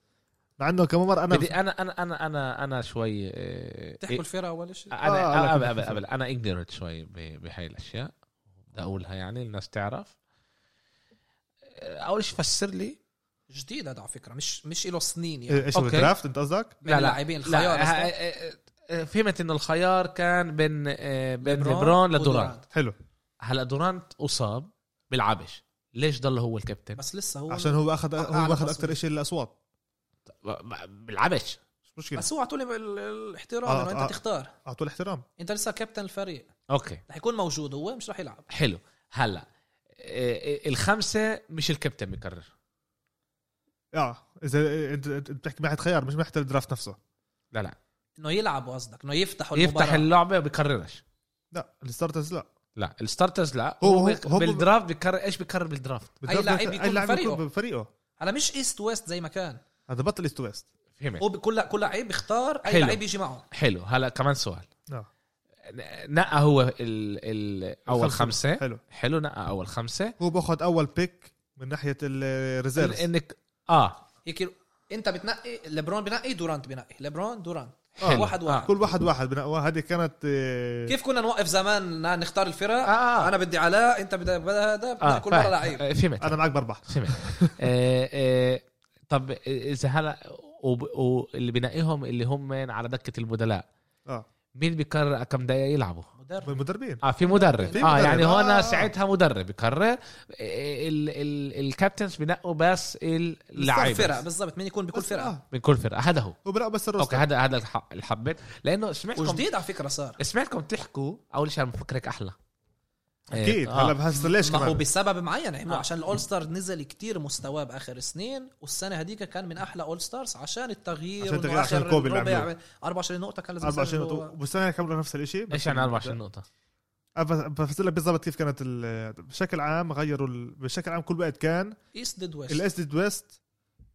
مع انه كمان مره انا بدي انا انا انا انا انا شوي آه، إيه. تحكوا الفرقه اول شيء آه، انا لكن قبل قبل بخفف. قبل انا اجنورنت شوي ب- بهاي الاشياء بدي اقولها يعني الناس تعرف اول شيء فسر لي جديد هذا على فكره مش مش له سنين يعني ايش أوكي. الدرافت انت قصدك؟ بين اللاعبين الخيار لا أصلاً. ه- آه، فهمت انه الخيار كان بين آه، بين ليبرون ليبرون لدورانت ودورانت. حلو هلا دورانت اصاب بيلعبش ليش ضل هو الكابتن بس لسه هو عشان هو اخذ أعلى هو اخذ تصويت. اكثر شيء الاصوات بيلعبش مش مشكله بس هو اعطوا لي ال- ال- الاحترام آه، انه آه. انت تختار اعطوه الاحترام انت لسه كابتن الفريق اوكي رح يكون موجود هو مش رح يلعب حلو هلا آه، الخمسه مش الكابتن بيقرر اه اذا انت أنت بتحكي مع حد خيار مش محتاج الدرافت نفسه لا لا انه يلعبوا قصدك انه يفتحوا يفتح المباراه اللعبه بيقررش لا الستارترز لا لا الستارترز لا هو- هو, هو- هو, هو- بالدرافت بيكرر ايش بيكرر بالدرافت بالدرافت لاعب بت- يكون أي لاعب بفريقه. بفريقه على مش ايست ويست زي ما كان هذا بطل ايست ويست فهمت هو كل كل لعيب بيختار اي حلو. لعيب يجي معه حلو هلا كمان سؤال آه. ن- نقى هو ال ال اول الخمسة. خمسه حلو حلو نقى اول خمسه هو باخذ اول بيك من ناحيه إن- الريزيرف انك اه هيك انت بتنقي ليبرون بنقي دورانت بنقي ليبرون دورانت حلو. واحد واحد كل واحد واحد بنقوى هذه كانت آه، كيف كنا نوقف زمان ن- نختار الفرق آه. انا بدي علاء انت بدي بدي هذا بدي اه كل مره فاهم. لعيب آه، فهمت انا معك بربح فهمت آه، آه، طب اذا هلا وب- واللي بنقيهم اللي هم من على دكه البدلاء اه مين بيقرر كم دقيقه يلعبوا مدرب المدربين اه في مدرب في اه مدرب. يعني هون آه. ساعتها مدرب بيقرر ال ال الكابتنز بنقوا بس بيختار فرق اللعيبه بالضبط مين يكون بكل بس فرقه آه، من كل فرقه هذا هو هو بنقوى بس اوكي الروستر هذا هذا الح- اللي حبيت لانه سمعتكم وجديد على فكره صار سمعتكم تحكوا اول شيء عم بفكرك احلى اكيد آه. هلا بهسه ليش ما هو كمان بسبب معين عملوا آه. عشان الاول ستار نزل كتير مستواه باخر سنين والسنه هذيك كان من احلى اول ستارز عشان التغيير عشان التغيير، وإنه آخر عشان كوبي اللي ربع عملوه. 24 نقطه كان لازم 24 يسجلوا. نقطة والسنة كاملة نفس الشيء بس ايش يعني 24 نقطة؟ أب- بفسر لك بالضبط كيف كانت ال- بشكل عام غيروا ال- بشكل عام كل وقت كان ايست ديد ويست الاس دي ويست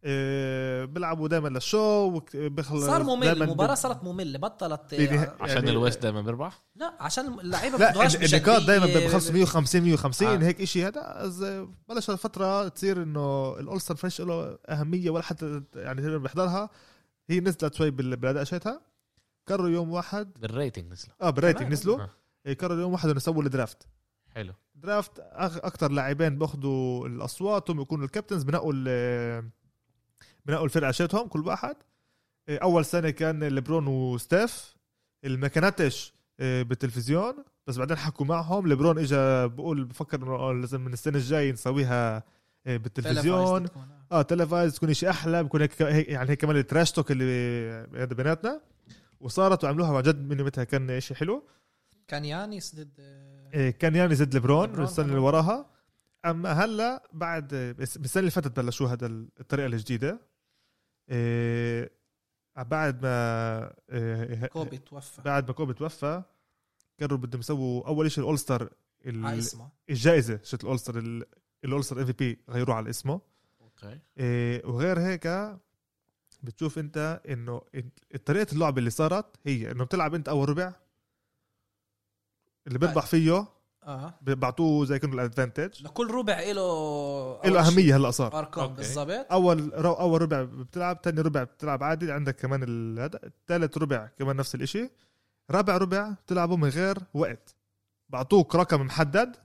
آه، بيلعبوا دائما للشو وك- بيخلص صار ممل دايماً المباراه صارت ممله بطلت آه، بنها- عشان يعني يعني- الويست دائما بيربح؟ لا عشان اللعيبه لا بتضربش ال- النقاط بشكلية. دائما بخلص 150 آه. 150 هيك شيء هذا از- بلش الفتره تصير انه الاولستر فريش له اهميه ولا حتى يعني تقريباً بيحضرها هي نزلت شوي بال- بالاداء شتها قرروا يوم واحد بالريتنج نزلوا اه تمام. بالريتنج نزلوا آه. إيه، قرروا يوم واحد انه يسووا الدرافت حلو درافت اكثر لاعبين باخذوا الاصوات هم يكونوا الكابتنز بنقوا ال- بنقوا الفرقه شاتهم كل واحد إيه، اول سنه كان ليبرون وستيف اللي ما كانتش إيه، بالتلفزيون بس بعدين حكوا معهم ليبرون اجى بقول بفكر انه لازم من السنه الجاي نسويها إيه، بالتلفزيون اه تلفايز تكون شيء احلى بكون هيك هيك- يعني هيك كمان التراش توك اللي هذا بيناتنا وصارت وعملوها عن جد من يومتها كان شيء حلو كان يانيس ضد آه، إيه، كان ياني زد ليبرون ليبرون، السنه آه. اللي وراها اما هلا بعد بس- بالسنه اللي فاتت بلشوا هذا الطريقه الجديده إيه، بعد ما إيه، كوبي توفى بعد ما كوبي توفى قرروا بدهم يسووا اول شيء الاول ستار على آه، اسمه الجائزه شت الاول ستار الاول ستار ام في بي غيروه على اسمه اوكي إيه، وغير هيك بتشوف انت انه طريقه اللعب اللي صارت هي انه بتلعب انت اول ربع اللي طيب. بيربح فيه اه بعطوه زي كانه الادفانتج لكل ربع له له اهميه هلا صار ارقام أوكي. بالضبط اول رو اول ربع بتلعب ثاني ربع بتلعب عادي عندك كمان ال- هذا ثالث ربع كمان نفس الاشي رابع ربع بتلعبه من غير وقت بعطوك رقم محدد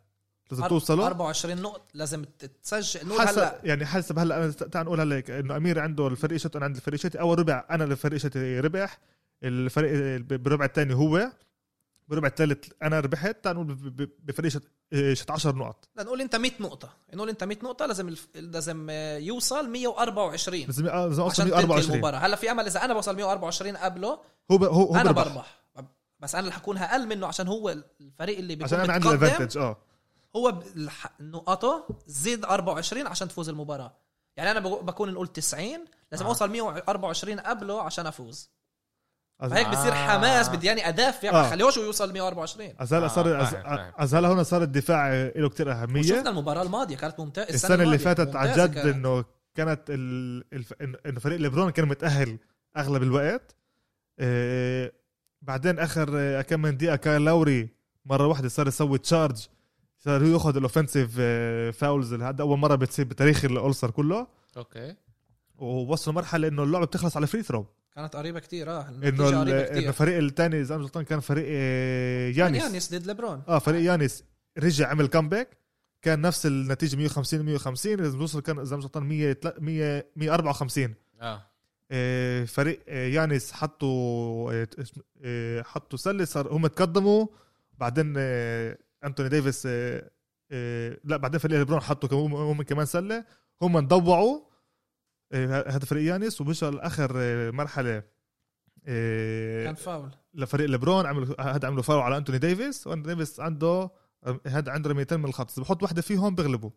لازم توصله 24 نقطة لازم تسجل نقول حسب هلا يعني حسب هلا انا ت- تعال نقول هلا هيك انه امير عنده الفريق شت انا عندي الفريق شتي اول ربع انا الفريق شتي ربح الفريق ب- بالربع الثاني هو بالربع الثالث انا ربحت تعال نقول ب- ب- بفريق شت- شت 10 نقط نقول انت 100 نقطة نقول انت 100 نقطة لازم الف... لازم آه، يوصل 124 لازم آه، لازم اوصل عشان تنتهي 124 المباراة هلا في امل اذا انا بوصل 124 قبله هو ب- هو هو انا بربح. بربح بس انا اللي حكون اقل منه عشان هو الفريق اللي بيكون عشان انا عندي متقدم، الادفانتج اه هو ب- الح- نقاطه زيد 24 عشان تفوز المباراه يعني انا بقو- بكون نقول 90 لازم آه. اوصل 124 قبله عشان افوز هيك بصير آه. حماس بدي يعني ادافع آه. ما خليهوش يوصل 124 از هلا آه، صار أز- فاهم، فاهم. از هلا هون صار الدفاع له كتير اهميه وشفنا المباراه الماضيه كانت ممتازه السنه اللي الماضية فاتت عن ممتازة جد كانت. انه كانت ال... الف... إنه- انه فريق ليبرون كان متاهل اغلب الوقت آه... بعدين اخر آه، كم من دقيقه كايل لاوري مره واحده صار يسوي تشارج صار هو ياخذ الاوفنسيف آه، فاولز اللي هذا اول مره بتصير بتاريخ الاولسر كله اوكي ووصلوا مرحله انه اللعبه بتخلص على فري ثرو كانت قريبه كتير اه انه النتيجه ال- قريبه انه كتير الفريق الثاني اذا أنا مش غلطان كان فريق آه، يانس يانس ضد ليبرون اه فريق يانس رجع عمل كامباك كان نفس النتيجه 150 150 اذا بوصل كان اذا مش غلطان 100 100 154 اه آه، فريق آه، يانس حطوا آه، اسم- آه، حطوا سله صار هم تقدموا بعدين آه، انتوني ديفيس آه، آه، لا بعدين فريق ليبرون حطوا كم- هم كمان سله هم انضوعوا آه، هذا فريق يانس وبيشل اخر آه، مرحله آه، كان فاول لفريق ليبرون عملوا هذا عملوا فاول على انتوني ديفيس وانتوني ديفيس عنده هذا عنده رميتين من الخط إذا بحط واحده فيهم بغلبوا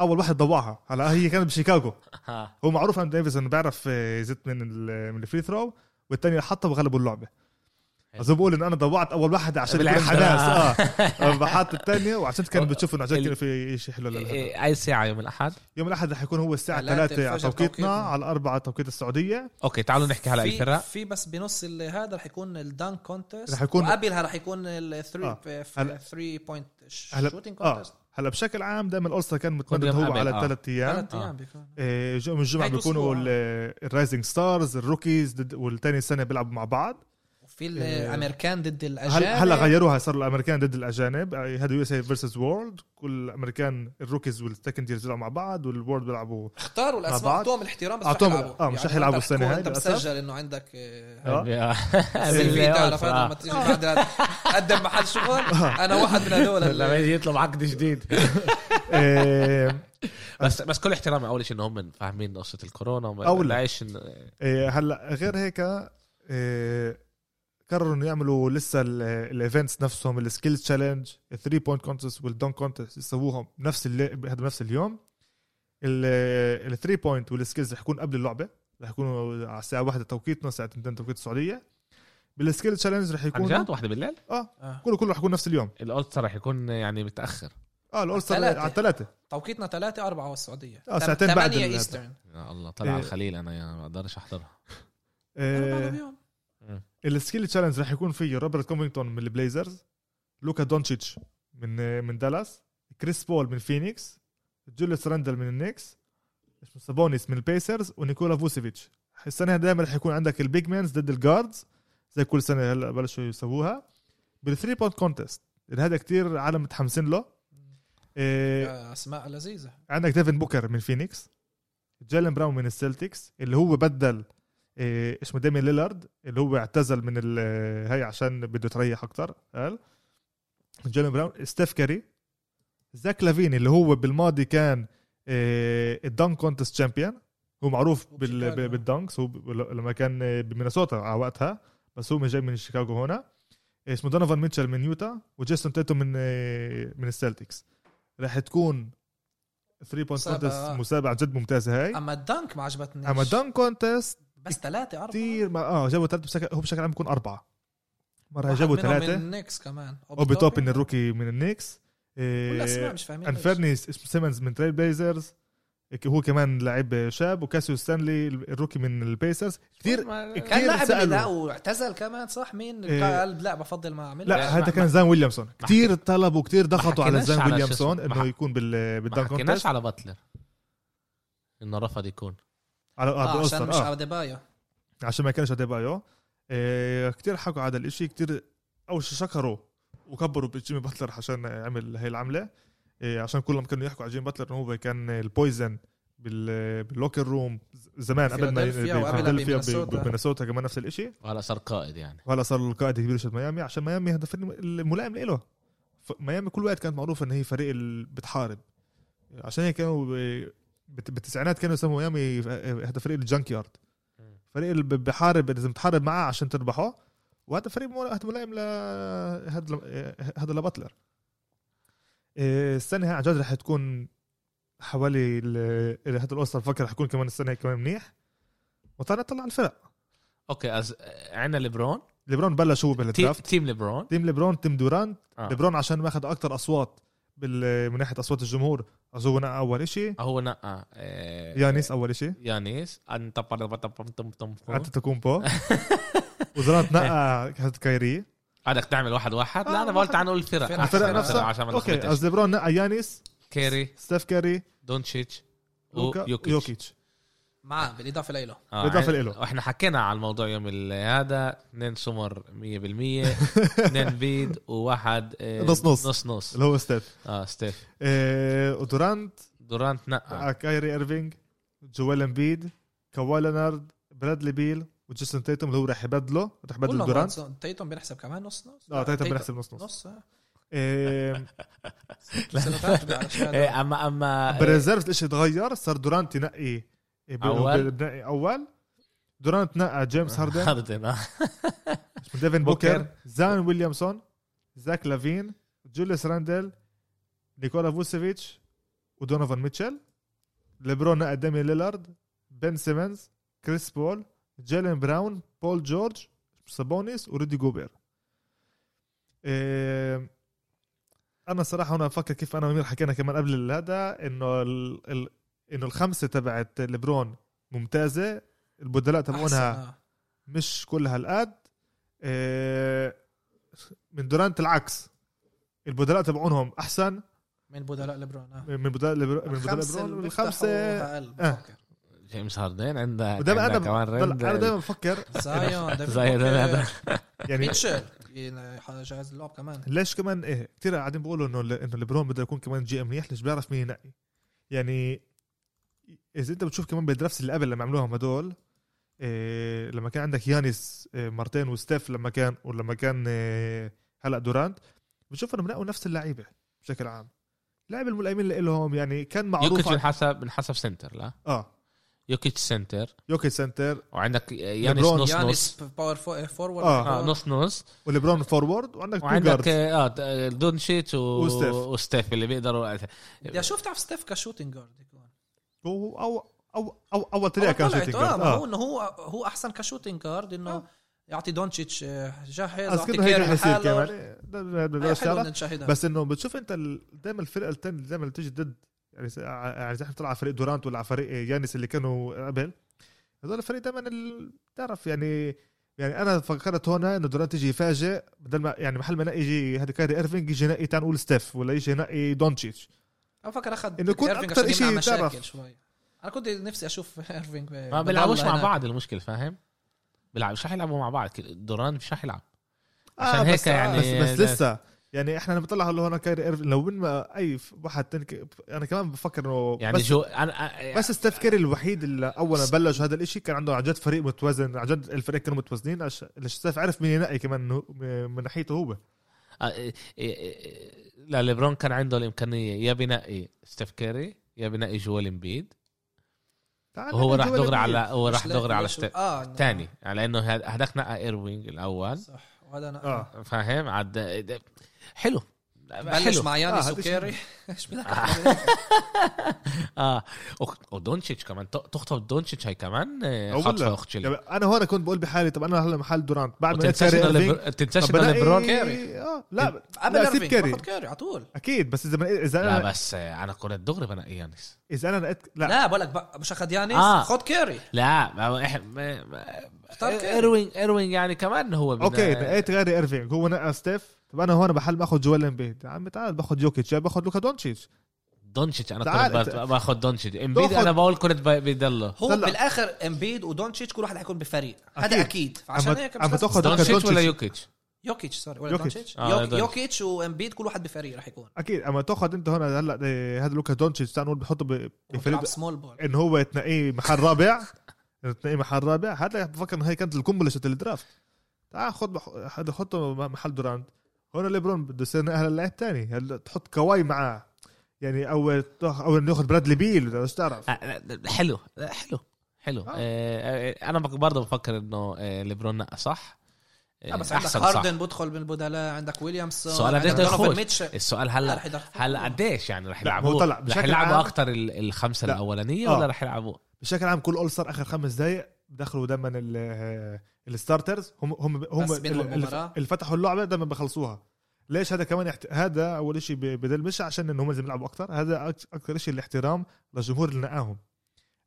اول واحد ضوعها هلا هي كانت بشيكاغو ها هو معروف عن ديفيس انه بيعرف آه، يزت من ال- من الفري ثرو والثاني حطها وغلبوا اللعبه حلو. بس بقول ان انا ضوعت اول واحده عشان يكون بالعمدة. حماس اه بحط الثانية وعشان كان بتشوف انه عن جد ال- كان في شيء حلو للهدف إيه، اي ساعه يوم الاحد يوم الاحد رح يكون هو الساعه ثلاثة 3 على الفجر توقيتنا توقيتنا. على 4 توقيت السعوديه اوكي تعالوا نحكي هلا في- الفرق في بس بنص ال- هذا رح يكون الدانك كونتست رح يكون- وقبلها رح يكون ال آه. 3 هلا- 3 بوينت هلا- شوتينج اه كونتست هلا بشكل عام دائما الاولستا كان متمدد يوم هو قبل، على آه. ثلاث ايام ثلاث ايام بيكون إيه، جو- من الجمعه هيدا بيكونوا أسبوع. الرايزنج ستارز الروكيز ضد- والتاني سنه بيلعبوا مع بعض وفي إيه. الامريكان ضد الاجانب هلا هلا غيروها صاروا الامريكان ضد الاجانب آه، هذا يو اس اي فيرسز وورلد كل الامريكان الروكيز والسكند ييرز بيلعبوا مع بعض والوورد بيلعبوا اختاروا مع الاسماء بعض. اعطوهم الاحترام بس أعطوهم- رح يلعبوا. آه، مش رح يعني يلعبوا أنت رح السنة تكون هاي انت للأسف. مسجل انه عندك آه، آه. سيلفي بالأوفر، تعرف هذا آه. لما تيجي بعد هذا قدم محل شغل آه. انا واحد من هذول لما اللي- يجي يطلب عقد جديد إيه، بس بس كل احترامي اول شيء انه هم فاهمين قصه الكورونا وما- أول. لا ايش إن- إيه، هلا غير هيك إيه، قرروا انه يعملوا لسه الايفنتس نفسهم السكيلز تشالنج الثري بوينت كونتست والدون كونتست يسووهم نفس اللي- هذا بنفس اليوم الثري بوينت والسكيلز رح يكون قبل اللعبه رح يكونوا على الساعه 1 توقيتنا الساعه 2 توقيت السعوديه بالسكيل تشالنج رح عن يكون جد واحده بالليل اه آه. كله كله رح يكون نفس اليوم الاولتر رح يكون يعني متاخر اه الاول ستار الثلاثة. على الثلاثه توقيتنا 3 4 على السعوديه آه، تم- ساعتين بعد تمانية ال- ايسترن يا الله طلع على إيه. الخليل انا يا ما بقدرش احضرها أنا بعد آه بيوم. السكيل تشالنج رح يكون فيه روبرت كومينغتون من البليزرز لوكا دونتشيتش من آه، من دالاس كريس بول من فينيكس جوليس راندل من النكس اسمه سابونيس من البيسرز ونيكولا فوسيفيتش السنه دائما رح يكون عندك البيج مانز ضد الجاردز زي كل سنه هلا بلشوا يسووها بالثري بوينت كونتست هذا كتير عالم متحمسين له آه، آه، اسماء لذيذه عندك ديفن بوكر من فينيكس جالن براون من السلتكس اللي هو بدل إيه، اسمه ديمي ليلارد اللي هو اعتزل من ال- آه، هاي عشان بده يتريح اكتر قال جالن براون ستيف كاري زاك لافين اللي هو بالماضي كان إيه، الدنك كونتست شامبيون هو معروف بال- وبشيكاغو. ب- بالدنكس هو ب- لما كان إيه، بمينيسوتا على وقتها بس هو من جاي من شيكاغو هنا اسمه دونوفان ميتشل من يوتا وجيسون تيتو من إيه، من السلتكس راح تكون 3 بوينت مسابقة. كونتست مسابقه عن جد ممتازه هاي اما الدنك ما عجبتنيش اما دان كونتست بس 3 4 كثير ما اه جابوا ثلاثه بشكل هو بشكل عام بيكون اربعه مره جابوا ثلاثه من نيكس كمان اوبي توبن الروكي من النكس كل اسماء مش فاهمين ليش. انفيرني اسمه سيمنز من تريل بيزرز هو كمان لعيب شاب وكاسيو ستانلي الروكي من البيسرز كثير ما- كتير إيه، كان لاعب سألوا. اللي لا واعتزل كمان صح مين إيه. قال لا بفضل ما آه، اعمل لا ما- هذا كان زان ويليامسون كثير طلبوا كثير ضغطوا على حكيناش زان على شو ويليامسون اسمه. ما انه حك- يكون بال ما بالدان حكيناش كونتست على باتلر انه رفض يكون على آه، ارض عشان آه مش اديبايو عشان ما كانش اديبايو إيه كتير حكوا على هذا الاشي كتير اول شيء شكروا وكبروا بجيمي باتلر عشان عمل هاي العمله إيه عشان كلهم كانوا يحكوا على جيمي باتلر انه هو كان البويزن بال- باللوكر روم زمان قبل ما فيلادلفيا وقبلها بمينيسوتا. بمنسوتا كمان نفس الاشي وهلا صار قائد يعني وهلا صار القائد الكبير لشركه ميامي عشان ميامي هدف الملائم له ميامي كل وقت كانت معروفه ان هي فريق اللي بتحارب عشان هيك كانوا ب- بت- بالتسعينات كانوا يسموا ميامي هذا فريق الجانك يارد فريق اللي ب- بحارب لازم تحارب معاه عشان تربحه وهذا فريق مل- هذا ملائم ل هذا ل- هذا لباتلر إيه، السنه هاي عن جد رح تكون حوالي ال- هذا الاوستر فكر رح يكون كمان السنه هاي كمان منيح وطلع طلع الفرق اوكي از عندنا ليبرون ليبرون بلش هو تيم, بالدرافت تيم ليبرون تيم ليبرون تيم دورانت آه. ليبرون عشان ما اخذ اكثر اصوات بال- من ناحيه اصوات الجمهور اظن اول شيء هو نقى آه، يانيس اول شيء يانيس انت انت تكون بو ودورانت نقى كايري عادك تعمل واحد واحد لا آه، انا قلت واحد. تعال نقول الفرق الفرق أحسن، نفسها. عشان ما اوكي نخبطش از ليبرون نقى يانيس كيري ستيف كاري دونتشيتش لوكا ويوكيتش يوكيتش معاه بالاضافه لإله آه، بالإضافة لإله. واحنا حكينا على الموضوع يوم ال- هذا اثنين سمر 100% اثنين بيد وواحد آه، نص نص. نص نص اللي هو ستيف اه ستيف إيه، ودورانت دورانت نقى آه. كايري ايرفينج جوال امبيد كواي لينارد برادلي بيل وجيسون تيتوم اللي هو راح يبدله راح يبدل كلهم دورانت نص- تيتوم بنحسب كمان نص نص اه تيتوم بنحسب نص نص نص آه. إيه، سنوات علشان هذا. إيه، اما اما بالريزيرفز الشيء تغير صار دورانت ينقي إيه، ب- أول. بنقي اول دورانت نقى جيمس هاردن هاردن آه. ديفن بوكر. بوكر زان ويليامسون زاك لافين جوليس راندل نيكولا فوسيفيتش ودونوفان ميتشل ليبرون نقى دامي ليلارد بن سيمنز كريس بول جيلين براون بول جورج سابونيس وريدي جوبير إيه، انا صراحه هنا بفكر كيف انا وامير حكينا كمان قبل هذا انه ال... ال... انه الخمسه تبعت ليبرون ممتازه البدلاء تبعونها أحسن، آه. مش كل هالقد إيه، من دورانت العكس البدلاء تبعونهم احسن من بدلاء ليبرون آه. من بدلاء ليبر- من بدلاء الخمسه ليبرون اللي والخمسه بيفتحوا أقل، آه. بفكر. جيمس هاردن عندك ودائما انا عندك ب- كمان ضل- انا رندل دائما بفكر زايون ديفيد زايون بوكر، هذا. يعني ميتشل ين- جاهز اللعب كمان ليش كمان ايه كثير قاعدين بيقولوا انه ل- انه ليبرون بده يكون كمان جي ام منيح ليش بيعرف مين ينقي يعني اذا انت بتشوف كمان بالدرافت اللي قبل لما عملوهم هدول إيه لما كان عندك يانس إيه مرتين وستيف لما كان ولما كان إيه هلا دورانت بتشوف انهم نقوا نفس اللعيبه بشكل عام اللعيبه الملائمين اللي لهم يعني كان معروف يوكيتش من عن- حسب من حسب سنتر لا اه يوكيتش سنتر يوكي سنتر وعندك يانس ليبرون. نص نص يانس باور فو- فورورد آه. آه نص نص وليبرون فورورد وعندك تو وعندك جارد آه آه، دونشيتش و... وستيف. وستيف اللي بيقدروا بدي اشوف تعرف ستيف كشوتنج جارد يكون او او او او اول طريقه كان طلعت، شوتينج آه، جارد. ما هو اه انه هو هو احسن كشوتنج جارد آه. انه يعطي دونتشيتش آه، جاهز بس يعطي كده هيك كيري رح يصير لحاله كمان هاي إيه، ده- ده- ده- ده حلو الشغلة. إنه آه. نشاهدها بس انه بتشوف انت ال- دائما الفرقه الثانيه اللي دائما بتيجي ضد يعني س- ع- يعني اذا احنا طلع على فريق دورانت ولا على فريق يانس اللي كانوا قبل هذول الفريق دائما ال- بتعرف يعني يعني انا فكرت هنا انه دورانت يجي يفاجئ بدل ما يعني محل ما نقي يجي هذا كاري ايرفينج يجي ينقي تعال نقول ستيف ولا يجي ينقي دونتشيتش انا بفكر اخذ إنه يكون إيرفينج أكتر عشان إشي يمنع مشاكل يتعرف. شوي انا كنت نفسي آه، اشوف ايرفينج ما بيلعبوش مع بعض المشكله فاهم بيلعب مش رح يلعبوا مع بعض دوران مش رح يلعب عشان هيك آه، بس يعني بس, بس ده- لسه يعني احنا لما طلع هون كايري ايرفينج لو من ما اي ف- واحد تاني ك- انا كمان بفكر انه يعني بس جو انا بس ستيف كيري الوحيد اللي اول ما بلش هذا الاشي كان عنده عن جد فريق متوازن عن جد الفريق كانوا متوازنين عش- ليش ستيف عرف مين ينقي كمان إنه م- من ناحيته هو آه، آه، لا ليبرون كان عنده الامكانيه يا بنقي ستيف كيري يا بنقي جوال امبيد تعال وهو نقي راح جوال دغري امبيد. على هو راح دغري على ستيف اه آه. إنه- الثاني على انه هاد- هداك نقى ايروينج الاول صح وهذا انا اه فاهم عاد حلو بلش حلو مع آه، ياني هذا سوكيري ايش بدك آه. اه وك- ودونتشيتش كمان ت- تخطب دونتشيتش هي كمان آه، أو ولا. خطفه اخت شلي يعني انا هون كنت بقول بحالي طب انا هلا محل دورانت بعد ما لقيت وتنساش كاري إنه ايرفينج ليبر- تنساش طب انه بنقي- ليبرون إيه. اه لا قبل لا، سيب ايرفينج كيري. باخذ كيري على طول اكيد بس اذا بن- اذا لا انا بس آه، انا كنت دغري بنقي يانس اذا انا لقيت لا لا بقول لك بق- مش اخذ يانس آه. خد كيري لا ما هو إح- ما- ما- اختار كيري. ايروينج ايروينج يعني كمان هو بنا- اوكي لقيت كاري ايرفينج هو نقى ستيف طب انا هون محل باخذ جوال امبيد يا عم تعال باخذ يوكيتش يا باخذ لوكا دونتشيتش دونتشيتش انا تعال كنت أنت. بت- باخذ دونتشيتش امبيد تاخد- انا بقول كنت ب- بيضله هو طلع. بالاخر امبيد ودونتشيتش كل واحد حيكون بفريق أكيد. هذا اكيد عشان أما- هيك مش أما لازم- تاخد- دونتشيتش دونتشيتش. ولا يوكيتش يوكيتش سوري ولا يوكيتش. دونتشيتش آه، يوك- دونتشيتش. يوكيتش وامبيد كل واحد بفريق رح يكون اكيد اما تاخذ انت هون هلا إيه، هذا لوكا دونتشيتش تعال نقول بحطه ب- بفريق بيلعب سمول بول ان هو يتنقيه محل رابع يتنقيه محل رابع هذا بفكر انه هي كانت القنبله شت الدرافت تعال خد بح- هذا حطه محل دورانت هون ليبرون بده يصير نقل اللاعب تاني هلا تحط كواي معاه يعني اول تاخ- اول ناخذ برادلي بيل بدك تعرف آه، حلو آه، حلو حلو آه، آه. آه، انا بق- برضه بفكر انه آه، ليبرون نقى صح آه، آه، بس عندك أحسن صح. هاردن بدخل من البدلاء عندك ويليامسون سؤال قد إيه عندك بده دونوفان يخش؟ ميتشل السؤال لا، هلا رح يدخل. هلا قديش يعني رح لا، يلعبوا هو طلع رح بشكل يلعبوا عام- اكثر ال- الخمسه لا. الاولانيه آه. ولا رح يلعبوا بشكل عام كل اول صار اخر خمس دقائق دخلوا دايما ال- الستارترز هم هم هم بس بينهم ال- ال- مباراة. اللي فتحوا اللعبه دايما بخلصوها ليش هذا كمان يحت... هذا اول شيء بدل مش عشان ان هم لازم يلعبوا اكثر هذا أك- اكثر شيء الاحترام للجمهور اللي نقاهم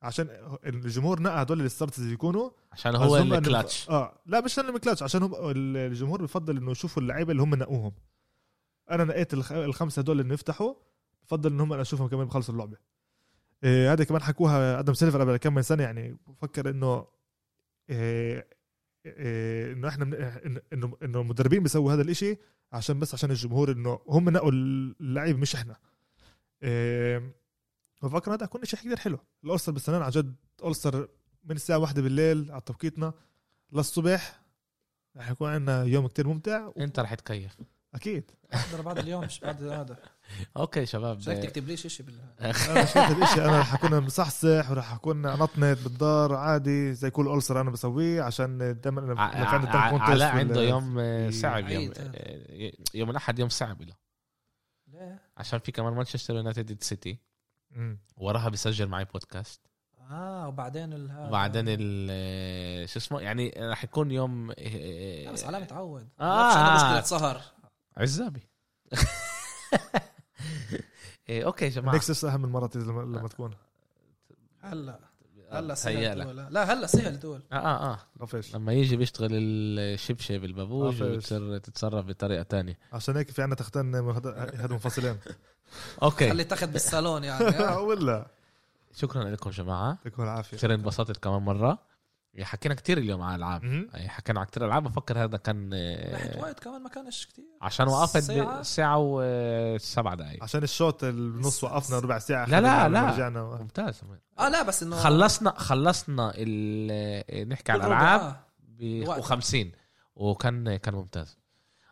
عشان الجمهور نقى هدول الستارترز يكونوا عشان يعني هو بس هم إنه- الكلاتش اه لا مش لانهم كلاتش عشان هم ال- الجمهور بفضل انه يشوفوا اللعيبه اللي هم نقوهم انا نقيت الخ- الخمسه هدول اللي يفتحوا بفضل ان هم انا اشوفهم كمان بخلصوا اللعبه إيه هذا كمان حكوها ادم سيلفر قبل كم من سنه يعني بفكر انه إيه إيه انه احنا من إنه- انه انه المدربين بيسووا هذا الاشي عشان بس عشان الجمهور انه هم نقوا اللعيب مش احنا إيه بفكر هذا كون شيء كثير حلو الاولستر بالسنه عن جد اولستر من الساعه واحدة بالليل على توقيتنا للصبح رح يكون عندنا يوم كتير ممتع انت رح تكيف اكيد احضر بعد اليوم مش بعد هذا اوكي شباب مش هيك تكتب ليش شيء بال انا شفت الاشي انا رح اكون مصحصح ورح اكون نطنت بالدار عادي زي كل ألسر انا بسويه عشان دائما انا ع- أنا عندي ع- tank contest علاء وال- عنده يوم إيه، آه، في- صعب يوم عيد، آه، إيه. يوم الاحد يوم صعب له ليه؟ عشان في كمان مانشستر يونايتد ضد سيتي مم. وراها بسجل معي بودكاست اه وبعدين ال هذا. بعدين ال آه، شو اسمه يعني رح يكون يوم آه، لا، بس علاء متعود آه. بعرفش عنده مشكله سهر عزابي إيه، اوكي يا جماعه نكسس اهم من مرات لما, لما تكون هلا هلا سهل تهيألك. دول لا هلا سهل دول اه اه اه غفش لما يجي بيشتغل الشبشب البابوج آه، فاش. وبتصير تتصرف بطريقه تانية عشان هيك في عندنا تختن هذا منفصلين اوكي خلي تاخذ بالصالون يعني آه. ولا شكرا لكم جماعه تكون العافيه كثير انبسطت كمان مره حكينا كثير اليوم عن العاب مم. يعني حكينا عن كثير العاب بفكر هذا كان آه، رحت وايد كمان ما كانش كثير عشان وقفت ساعة؟ ساعه وسبع دقائق عشان الشوط النص وقفنا ربع ساعه لا، لا، خلينا لا. رجعنا ممتاز اه لا بس انه خلصنا خلصنا ال- نحكي عن بالأوضاع. الالعاب آه. ب الوقت. 50 وكان كان ممتاز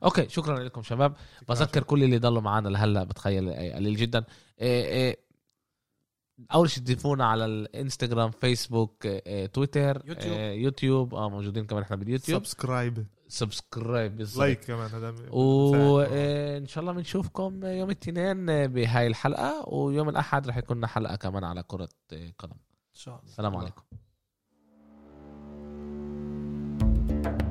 اوكي شكرا لكم شباب نعم. بذكر كل اللي ضلوا معنا لهلا بتخيل آه، قليل جدا آه، آه، اول شيء تضيفونا على الانستغرام فيسبوك آه، آه، تويتر يوتيوب. آه، يوتيوب اه موجودين كمان احنا باليوتيوب سبسكرايب سبسكرايب بالظبط. لايك كمان هذا مساعد. وان شاء الله بنشوفكم يوم الاثنين بهاي الحلقه ويوم الاحد رح يكون لنا حلقه كمان على كره قدم ان شاء الله السلام عليكم